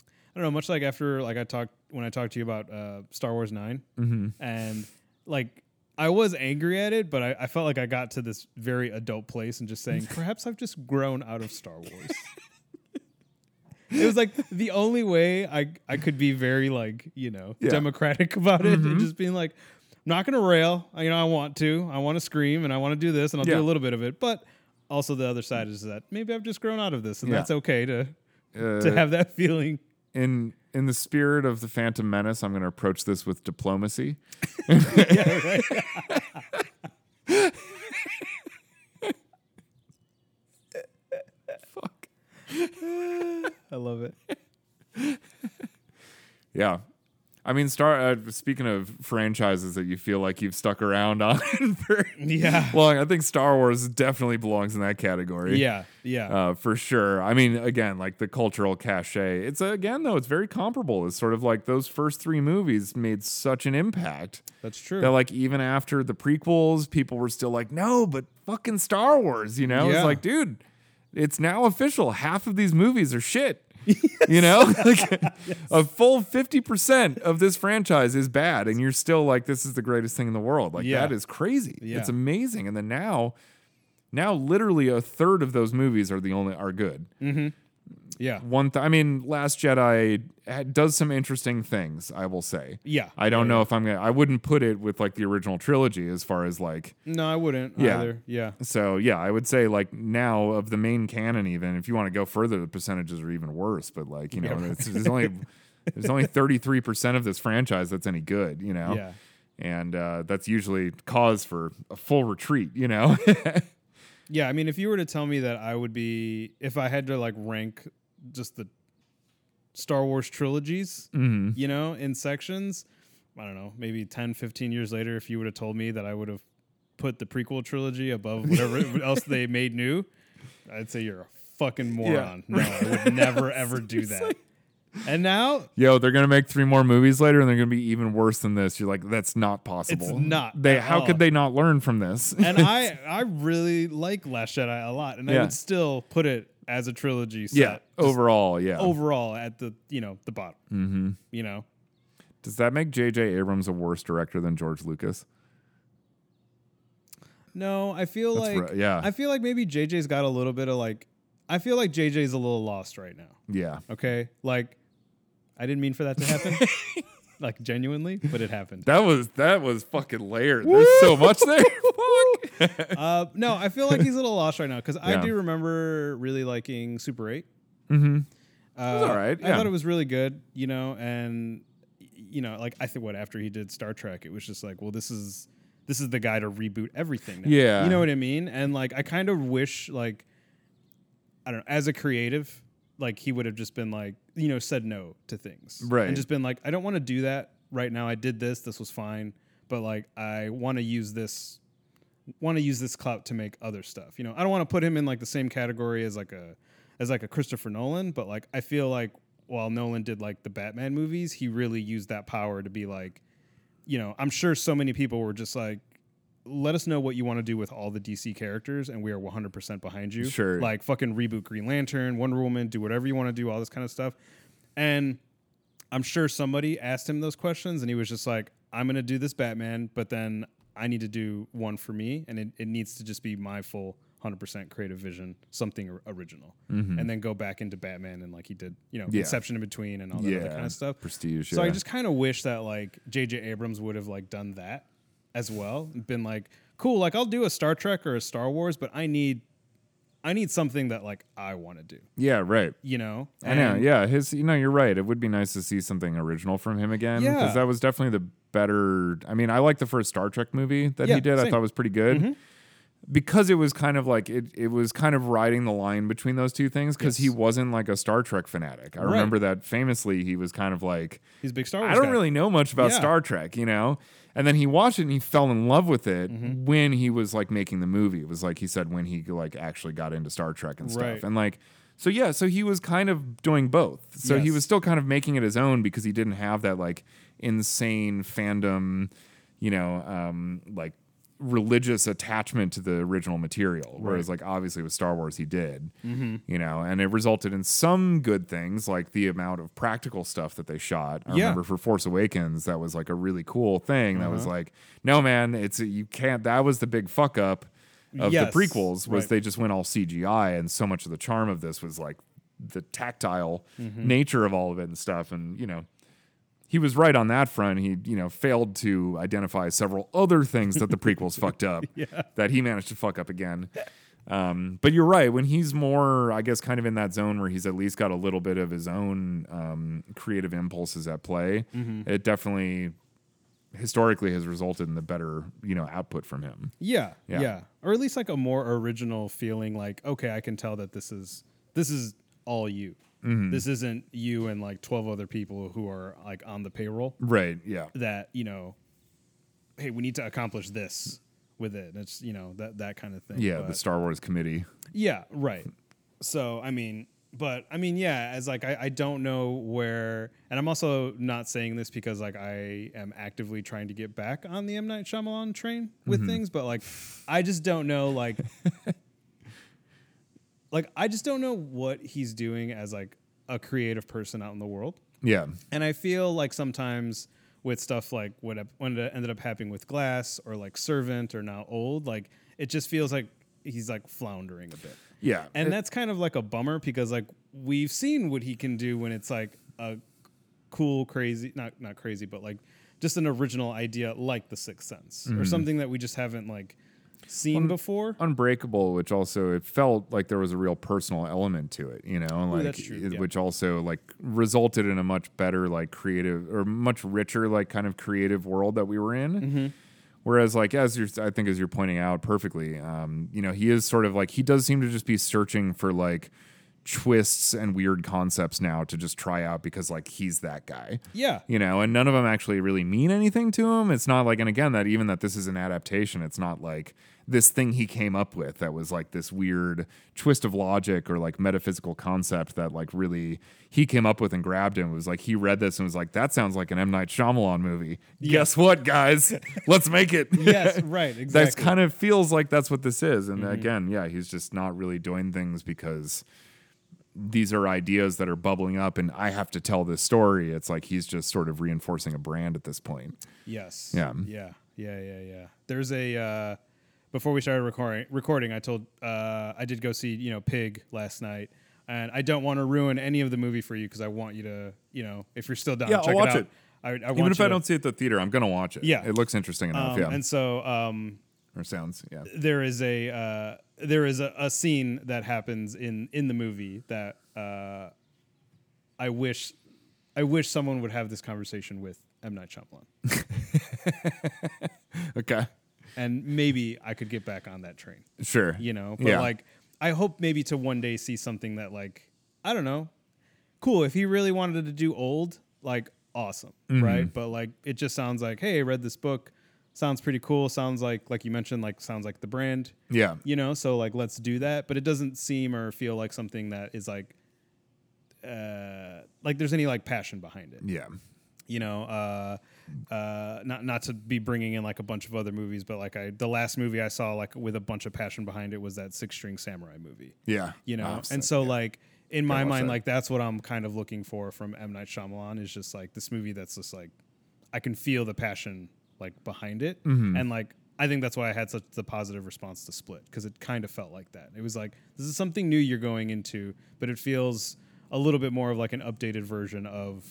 [SPEAKER 2] I don't know, much like after like I talked when I talked to you about uh Star Wars 9
[SPEAKER 1] Mm-hmm.
[SPEAKER 2] and like I was angry at it, but I, I felt like I got to this very adult place and
[SPEAKER 1] <laughs>
[SPEAKER 2] just saying, perhaps I've just grown out of Star Wars. <laughs> it was like the only way I I could be very like you know
[SPEAKER 1] Yeah.
[SPEAKER 2] democratic <laughs> about it
[SPEAKER 1] Mm-hmm.
[SPEAKER 2] and just being like, I'm not gonna rail. I- You know, I want to, I want to scream and I want to do this and I'll
[SPEAKER 1] Yeah.
[SPEAKER 2] do a little bit of it, but also the other side is that maybe I've just grown out of this and
[SPEAKER 1] Yeah.
[SPEAKER 2] that's okay to
[SPEAKER 1] Uh,
[SPEAKER 2] to have that feeling.
[SPEAKER 1] in in the spirit of the Phantom Menace, I'm going to approach this with diplomacy. Fuck.
[SPEAKER 2] I love it.
[SPEAKER 1] Yeah. I mean, star. Uh, speaking of franchises that you feel like you've stuck around on <laughs> for
[SPEAKER 2] <laughs>
[SPEAKER 1] <laughs>
[SPEAKER 2] Yeah,
[SPEAKER 1] long, I think Star Wars definitely belongs in that category.
[SPEAKER 2] yeah, yeah.
[SPEAKER 1] uh, for sure. I mean, again, like the cultural cachet. It's uh, again though, it's very comparable. It's sort of like those first three movies made such an impact
[SPEAKER 2] that's true.
[SPEAKER 1] that like even after the prequels, people were still like, no, but fucking Star Wars. You know,
[SPEAKER 2] Yeah.
[SPEAKER 1] it's like, dude, it's now official. Half of these movies are shit. You
[SPEAKER 2] <laughs>
[SPEAKER 1] know, like a full 50% of this franchise is bad, and you're still like, this is the greatest thing in the world. Like,
[SPEAKER 2] Yeah.
[SPEAKER 1] that is crazy.
[SPEAKER 2] Yeah.
[SPEAKER 1] It's amazing. And then now, now literally a third of those movies are the only are good.
[SPEAKER 2] yeah,
[SPEAKER 1] One, th- I mean, Last Jedi had- does some interesting things, I will say.
[SPEAKER 2] yeah.
[SPEAKER 1] I don't know if I'm gonna. I wouldn't put it with like the original trilogy as far as like.
[SPEAKER 2] No, I wouldn't
[SPEAKER 1] Yeah.
[SPEAKER 2] either. Yeah.
[SPEAKER 1] So yeah, I would say like now of the main canon, even if you want to go further, the percentages are even worse. But like you know, it's, there's
[SPEAKER 2] <laughs>
[SPEAKER 1] only there's only 33 percent of this franchise that's any good. You know.
[SPEAKER 2] Yeah.
[SPEAKER 1] And uh, that's usually cause for a full retreat. You know. <laughs>
[SPEAKER 2] Yeah, I mean, if you were to tell me that I would be, if I had to like rank just the Star Wars trilogies,
[SPEAKER 1] Mm-hmm.
[SPEAKER 2] you know, in sections, I don't know, maybe 10, 15 years later, if you would have told me that I would have put the prequel trilogy
[SPEAKER 1] <laughs>
[SPEAKER 2] above whatever else they made new, I'd say you're a fucking moron. No, I
[SPEAKER 1] <laughs>
[SPEAKER 2] would never, ever do that. And now
[SPEAKER 1] Yo, they're gonna make three more movies later, and they're gonna be even worse than this. You're like, that's not possible.
[SPEAKER 2] not
[SPEAKER 1] They.
[SPEAKER 2] at
[SPEAKER 1] How
[SPEAKER 2] all.
[SPEAKER 1] could they not learn from this?
[SPEAKER 2] and I I really like Last Jedi a lot, and I
[SPEAKER 1] Yeah.
[SPEAKER 2] would still put it as a trilogy set.
[SPEAKER 1] <laughs> yeah. Overall, yeah.
[SPEAKER 2] overall at the you know the bottom. Mm-hmm. You know,
[SPEAKER 1] Does that make J.J. Abrams a worse director than George Lucas?
[SPEAKER 2] no, I feel
[SPEAKER 1] That's
[SPEAKER 2] like
[SPEAKER 1] ri- yeah.
[SPEAKER 2] I feel like maybe JJ's got a little bit of like, I feel like JJ's a little lost right now.
[SPEAKER 1] Yeah.
[SPEAKER 2] Okay, like I didn't mean for that
[SPEAKER 1] <laughs>
[SPEAKER 2] to happen, like genuinely, but it happened.
[SPEAKER 1] That was that was fucking layered. There's so much
[SPEAKER 2] <laughs>
[SPEAKER 1] <laughs> there. Fuck.
[SPEAKER 2] Uh, no, I feel like he's a little lost right now because I
[SPEAKER 1] Yeah.
[SPEAKER 2] do remember really liking Super 8. Mm-hmm. Uh,
[SPEAKER 1] all right,
[SPEAKER 2] I
[SPEAKER 1] yeah.
[SPEAKER 2] thought it was really good, you know, and y- you know, like I think what after he did Star Trek, it was just like, well, this is this is the guy to reboot everything. Now.
[SPEAKER 1] Yeah.
[SPEAKER 2] you know what I mean. And like, I kind of wish, like, I don't know, as a creative, like he would have just been like, you know, said no to things,
[SPEAKER 1] Right.
[SPEAKER 2] And just been like, I don't want to do that right now. I did this. This was fine, but like, I want to use this want to use this clout to make other stuff. You know, I don't want to put him in like the same category as like a as like a Christopher Nolan, but like I feel like while Nolan did like the Batman movies, he really used that power to be like, you know, I'm sure so many people were just like let us know what you want to do with all the DC characters, and we are 100% behind you.
[SPEAKER 1] Sure.
[SPEAKER 2] Like, fucking reboot Green Lantern, Wonder Woman, do whatever you want to do, all this kind of stuff. And I'm sure somebody asked him those questions and he was just like, I'm going to do this Batman, but then I need to do one for me. And it, it needs to just be my full 100% creative vision, something or- original. And then go back into Batman and like he did, you know,
[SPEAKER 1] Mm-hmm. Yeah.
[SPEAKER 2] Inception in between and all that other
[SPEAKER 1] Yeah.
[SPEAKER 2] kind of stuff.
[SPEAKER 1] Prestige,
[SPEAKER 2] So I
[SPEAKER 1] yeah.
[SPEAKER 2] just kind of wish that like J.J. Abrams would have like done that as well. Been like, cool, like I'll do a Star Trek or a Star Wars, but I need. I need something that like I want to do,
[SPEAKER 1] yeah, right.
[SPEAKER 2] you know.
[SPEAKER 1] I know.
[SPEAKER 2] And-
[SPEAKER 1] Yeah, his. You know, you're right. It would be nice to see something original from him again because
[SPEAKER 2] Yeah.
[SPEAKER 1] that was definitely the better. I mean, I like the first Star Trek movie that
[SPEAKER 2] Yeah,
[SPEAKER 1] he did. I
[SPEAKER 2] same. Mm-hmm.
[SPEAKER 1] thought was pretty good. because it was kind of like it, it was kind of riding the line between those two things because he
[SPEAKER 2] Yes.
[SPEAKER 1] wasn't like a Star Trek fanatic. I
[SPEAKER 2] Right.
[SPEAKER 1] remember that famously he was kind of like
[SPEAKER 2] He's a big Star Wars.
[SPEAKER 1] I don't
[SPEAKER 2] guy.
[SPEAKER 1] really know much about
[SPEAKER 2] Yeah.
[SPEAKER 1] Star Trek, you know? And then he watched it and he fell in love with it
[SPEAKER 2] Mm-hmm.
[SPEAKER 1] when he was like making the movie. It was like he said when he like actually got into Star Trek and stuff.
[SPEAKER 2] Right.
[SPEAKER 1] And like so yeah, so he was kind of doing both. So he
[SPEAKER 2] Yes.
[SPEAKER 1] was still kind of making it his own because he didn't have that like insane fandom, you know, um like religious attachment to the original material whereas like obviously with star wars he did you know and it resulted in some good things like the amount of practical stuff that they shot i
[SPEAKER 2] Yeah.
[SPEAKER 1] remember for Force Awakens, that was like a really cool thing. That was like, no man, it's you can't. That was the big fuck up of
[SPEAKER 2] Yes,
[SPEAKER 1] the prequels was
[SPEAKER 2] right.
[SPEAKER 1] they just went all CGI, and so much of the charm of this was like the tactile
[SPEAKER 2] Mm-hmm.
[SPEAKER 1] nature of all of it and stuff. And you know, he was right on that front. He you know failed to identify several other things that the
[SPEAKER 2] <laughs>
[SPEAKER 1] prequels fucked up that he managed to fuck up again. Um, but you're right. When he's more, I guess, kind of in that zone where he's at least got a little bit of his own um, creative impulses at play,
[SPEAKER 2] Mm-hmm.
[SPEAKER 1] it definitely historically has resulted in the better, you know, output from him.
[SPEAKER 2] Yeah,
[SPEAKER 1] Yeah.
[SPEAKER 2] yeah, or at least like a more original feeling. Like, okay, I can tell that this is this is all you.
[SPEAKER 1] Mm-hmm.
[SPEAKER 2] This isn't you and like twelve other people who are like on the payroll.
[SPEAKER 1] Right. Yeah.
[SPEAKER 2] That you know, hey, we need to accomplish this with it. It's you know that that kind of thing.
[SPEAKER 1] Yeah. The
[SPEAKER 2] But-
[SPEAKER 1] Star Wars committee.
[SPEAKER 2] yeah, right. So I mean, but I mean, yeah, as like I, I don't know where, and I'm also not saying this because like I am actively trying to get back on the M Night Shyamalan train with things, but like I just don't know like. Like I just don't know what he's doing as like a creative person out in the world.
[SPEAKER 1] Yeah.
[SPEAKER 2] And I feel like sometimes with stuff like what ep- what ended up happening with Glass or like Servant or now Old, like it just feels like he's like floundering a bit.
[SPEAKER 1] Yeah.
[SPEAKER 2] And
[SPEAKER 1] It-
[SPEAKER 2] that's kind of like a bummer because like we've seen what he can do when it's like a cool, crazy, not not crazy, but like just an original idea like The Sixth Sense
[SPEAKER 1] Mm-hmm.
[SPEAKER 2] or something that we just haven't like seen before.
[SPEAKER 1] uh, Unbreakable, which also it felt like there was a real personal element to it, you know, like
[SPEAKER 2] that's true,
[SPEAKER 1] it-
[SPEAKER 2] yeah.
[SPEAKER 1] which also like resulted in a much better like creative or much richer like kind of creative world that we were in.
[SPEAKER 2] Mm-hmm.
[SPEAKER 1] Whereas like as you're I think as you're pointing out perfectly, um, you know, he is sort of like he does seem to just be searching for like twists and weird concepts now to just try out because like he's that guy <laughs>
[SPEAKER 2] yeah.
[SPEAKER 1] you know, and none of them actually really mean anything to him. It's not like, and again, that even that this is an adaptation, it's not like this thing he came up with that was like this weird twist of logic or like metaphysical concept that like really he came up with and grabbed him. It was like he read this and was like, that sounds like an M. Night Shyamalan movie. Guess what,
[SPEAKER 2] <laughs>
[SPEAKER 1] guys? Let's make it.
[SPEAKER 2] Yes, right, exactly. Mm-hmm.
[SPEAKER 1] That's kind of feels like that's what this is. And again, yeah, he's just not really doing things because these are ideas that are bubbling up and I have to tell this story. It's like he's just sort of reinforcing a brand at this point.
[SPEAKER 2] Yes.
[SPEAKER 1] Yeah.
[SPEAKER 2] Yeah. Yeah. Yeah. Yeah. There's a uh, before we started recording. Recording, I told uh, I did go see you know Pig last night, and I don't want to ruin any of the movie for you because I want you to you know if you're still down,
[SPEAKER 1] Yeah, I'll
[SPEAKER 2] check
[SPEAKER 1] watch
[SPEAKER 2] it out.
[SPEAKER 1] it.
[SPEAKER 2] I, I
[SPEAKER 1] Even
[SPEAKER 2] want
[SPEAKER 1] if
[SPEAKER 2] you
[SPEAKER 1] I
[SPEAKER 2] to-
[SPEAKER 1] don't see it at the theater, I'm gonna watch it.
[SPEAKER 2] Yeah.
[SPEAKER 1] It looks interesting enough,
[SPEAKER 2] um,
[SPEAKER 1] yeah.
[SPEAKER 2] And so um,
[SPEAKER 1] or sounds, yeah.
[SPEAKER 2] there is a uh, there is a, a scene that happens in in the movie that uh, I wish I wish someone would have this conversation with M Night Shyamalan.
[SPEAKER 1] Okay.
[SPEAKER 2] and maybe I could get back on that train,
[SPEAKER 1] Sure.
[SPEAKER 2] you know. But
[SPEAKER 1] Yeah.
[SPEAKER 2] like, I hope maybe to one day see something that like I don't know, cool. If he really wanted to do old, like awesome,
[SPEAKER 1] Mm-hmm.
[SPEAKER 2] right? But like, it just sounds like, hey, I read this book, sounds pretty cool. Sounds like like you mentioned, like sounds like the brand,
[SPEAKER 1] Yeah.
[SPEAKER 2] you know. So like, let's do that. But it doesn't seem or feel like something that is like. Uh, like there's any like passion behind it
[SPEAKER 1] Yeah.
[SPEAKER 2] you know, uh, uh, not not to be bringing in like a bunch of other movies, but like I, the last movie I saw like with a bunch of passion behind it was that Six String Samurai movie,
[SPEAKER 1] Yeah.
[SPEAKER 2] you know,
[SPEAKER 1] Oh, sick.
[SPEAKER 2] and so like in my
[SPEAKER 1] watch
[SPEAKER 2] mind,
[SPEAKER 1] that.
[SPEAKER 2] like that's what I'm kind of looking for from M Night Shyamalan is just like this movie that's just like I can feel the passion like behind it,
[SPEAKER 1] Mm-hmm.
[SPEAKER 2] and like I think that's why I had such the positive response to Split because it kind of felt like that. It was like this is something new you're going into, but it feels a little bit more of like an updated version of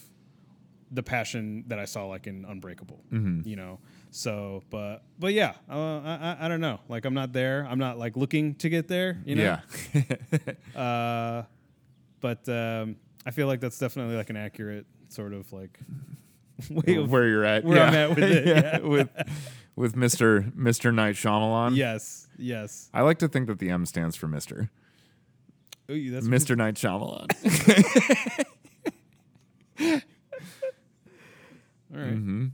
[SPEAKER 2] the passion that I saw like in Unbreakable,
[SPEAKER 1] Mm-hmm.
[SPEAKER 2] you know. So, but but yeah, uh, I, I I don't know. Like I'm not there. I'm not like looking to get there. You know.
[SPEAKER 1] Yeah.
[SPEAKER 2] Uh, but um, I feel like that's definitely like
[SPEAKER 1] <laughs>
[SPEAKER 2] an accurate sort of like way of
[SPEAKER 1] where you're at.
[SPEAKER 2] <laughs>
[SPEAKER 1] <laughs>
[SPEAKER 2] where
[SPEAKER 1] yeah.
[SPEAKER 2] I'm at with it,
[SPEAKER 1] with with Mister Mister Night Shyamalan.
[SPEAKER 2] Yes, yes.
[SPEAKER 1] I like to think that the M stands for Mister
[SPEAKER 2] Ooh, that's
[SPEAKER 1] Mister Night Shyamalan.
[SPEAKER 2] <laughs> All right. I don't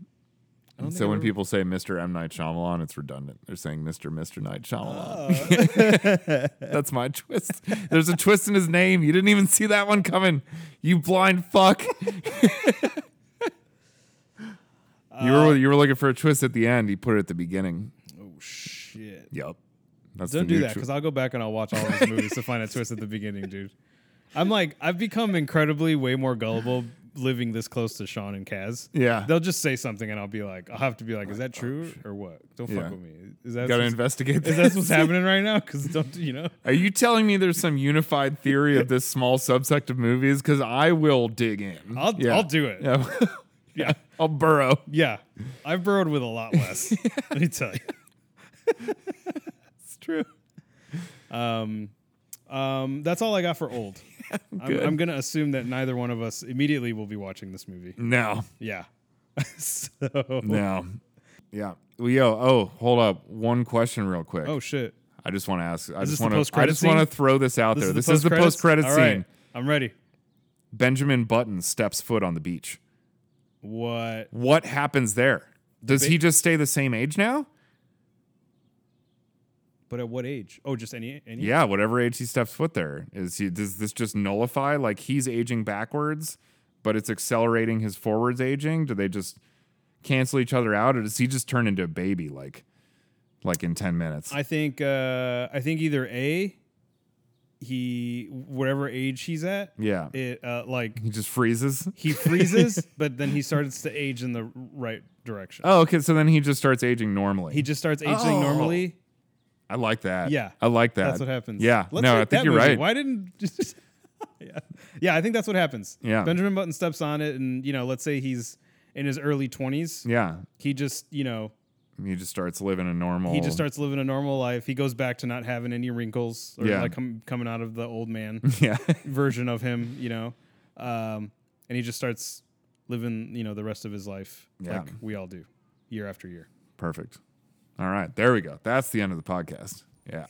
[SPEAKER 1] Mm-hmm. so
[SPEAKER 2] think
[SPEAKER 1] when
[SPEAKER 2] I've
[SPEAKER 1] people say Mister M Night Shyamalan, it's redundant. They're saying Mister Mister Night Shyamalan.
[SPEAKER 2] Oh.
[SPEAKER 1] <laughs> That's my twist. There's a twist in his name. You didn't even see that one coming. You blind fuck. <laughs> you
[SPEAKER 2] Uh,
[SPEAKER 1] were you were looking for a twist at the end. He put it at the beginning.
[SPEAKER 2] ever- oh shit!
[SPEAKER 1] Yep. That's the
[SPEAKER 2] Don't do
[SPEAKER 1] new
[SPEAKER 2] that
[SPEAKER 1] twi-
[SPEAKER 2] because I'll go back and I'll watch all those movies to find a twist at the beginning, dude. I'm like, I've become incredibly way more gullible living this close to Sean and Kaz.
[SPEAKER 1] yeah. oh,
[SPEAKER 2] They'll just say something and I'll be like, I'll have to be like, is that true or what? Don't fuck
[SPEAKER 1] Yeah.
[SPEAKER 2] with me. Is that
[SPEAKER 1] Gotta
[SPEAKER 2] what's-
[SPEAKER 1] investigate
[SPEAKER 2] <laughs> is
[SPEAKER 1] this. <laughs>
[SPEAKER 2] that what's happening right now? Because don't you know?
[SPEAKER 1] Are you telling me there's some unified theory of this small subsect of movies? Because I will dig in.
[SPEAKER 2] I'll- I'll do it.
[SPEAKER 1] Yeah. <laughs>
[SPEAKER 2] Yeah,
[SPEAKER 1] I'll burrow.
[SPEAKER 2] yeah. I've burrowed with a
[SPEAKER 1] <laughs>
[SPEAKER 2] lot less. let me tell you.
[SPEAKER 1] It's true.
[SPEAKER 2] Um, um, that's all I got
[SPEAKER 1] <laughs>
[SPEAKER 2] for old. I'm,
[SPEAKER 1] Good.
[SPEAKER 2] I'm gonna assume that neither one of us immediately will be watching this movie.
[SPEAKER 1] No.
[SPEAKER 2] Yeah. <laughs> so.
[SPEAKER 1] No. Yeah. Well, yo, oh, hold up. One question real quick.
[SPEAKER 2] Oh shit.
[SPEAKER 1] I just want to ask. I
[SPEAKER 2] Is this
[SPEAKER 1] just
[SPEAKER 2] the
[SPEAKER 1] want to. I
[SPEAKER 2] post-credit
[SPEAKER 1] just want to
[SPEAKER 2] scene?
[SPEAKER 1] throw this out there. this is the
[SPEAKER 2] post-credits?
[SPEAKER 1] post credit
[SPEAKER 2] All
[SPEAKER 1] scene.
[SPEAKER 2] right, I'm ready.
[SPEAKER 1] Benjamin Button steps foot on the beach.
[SPEAKER 2] What?
[SPEAKER 1] What happens there? Does
[SPEAKER 2] ba-
[SPEAKER 1] he just stay the same age now?
[SPEAKER 2] But at what age? Oh, just any any.
[SPEAKER 1] Yeah, whatever age he steps foot there is he. Does this just nullify? Like he's aging backwards, but it's accelerating his forwards aging. Do they just cancel each other out, or does he just turn into a baby like, like in ten minutes?
[SPEAKER 2] I think uh I think either a he whatever age he's at,
[SPEAKER 1] yeah,
[SPEAKER 2] it uh like
[SPEAKER 1] he just freezes.
[SPEAKER 2] he freezes, <laughs> but then he starts to age in the right direction.
[SPEAKER 1] Oh, okay. So then he just starts aging normally.
[SPEAKER 2] He just starts aging
[SPEAKER 1] Oh.
[SPEAKER 2] normally.
[SPEAKER 1] I like that.
[SPEAKER 2] Yeah.
[SPEAKER 1] I like that.
[SPEAKER 2] That's what happens.
[SPEAKER 1] Yeah.
[SPEAKER 2] Let's
[SPEAKER 1] no,
[SPEAKER 2] rate
[SPEAKER 1] I think
[SPEAKER 2] that
[SPEAKER 1] you're
[SPEAKER 2] movie.
[SPEAKER 1] right.
[SPEAKER 2] Why didn't <laughs> just Yeah. Yeah, I think that's what happens.
[SPEAKER 1] Yeah.
[SPEAKER 2] Benjamin Button steps on it and you know, let's say he's in his early 20s.
[SPEAKER 1] Yeah.
[SPEAKER 2] He just, you know,
[SPEAKER 1] He just starts living a normal.
[SPEAKER 2] he just starts living a normal life. He goes back to not having any wrinkles or
[SPEAKER 1] Yeah.
[SPEAKER 2] like com- coming out of the
[SPEAKER 1] <laughs>
[SPEAKER 2] old man
[SPEAKER 1] <laughs> Yeah.
[SPEAKER 2] version of him, you know. Um, and he just starts living, you know, the rest of his life
[SPEAKER 1] Yeah.
[SPEAKER 2] like we all do year after year.
[SPEAKER 1] Perfect. All right. There we go. That's the end of the podcast. Yeah.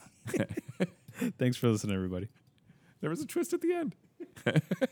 [SPEAKER 2] Thanks for listening everybody.
[SPEAKER 1] there was a twist at the end.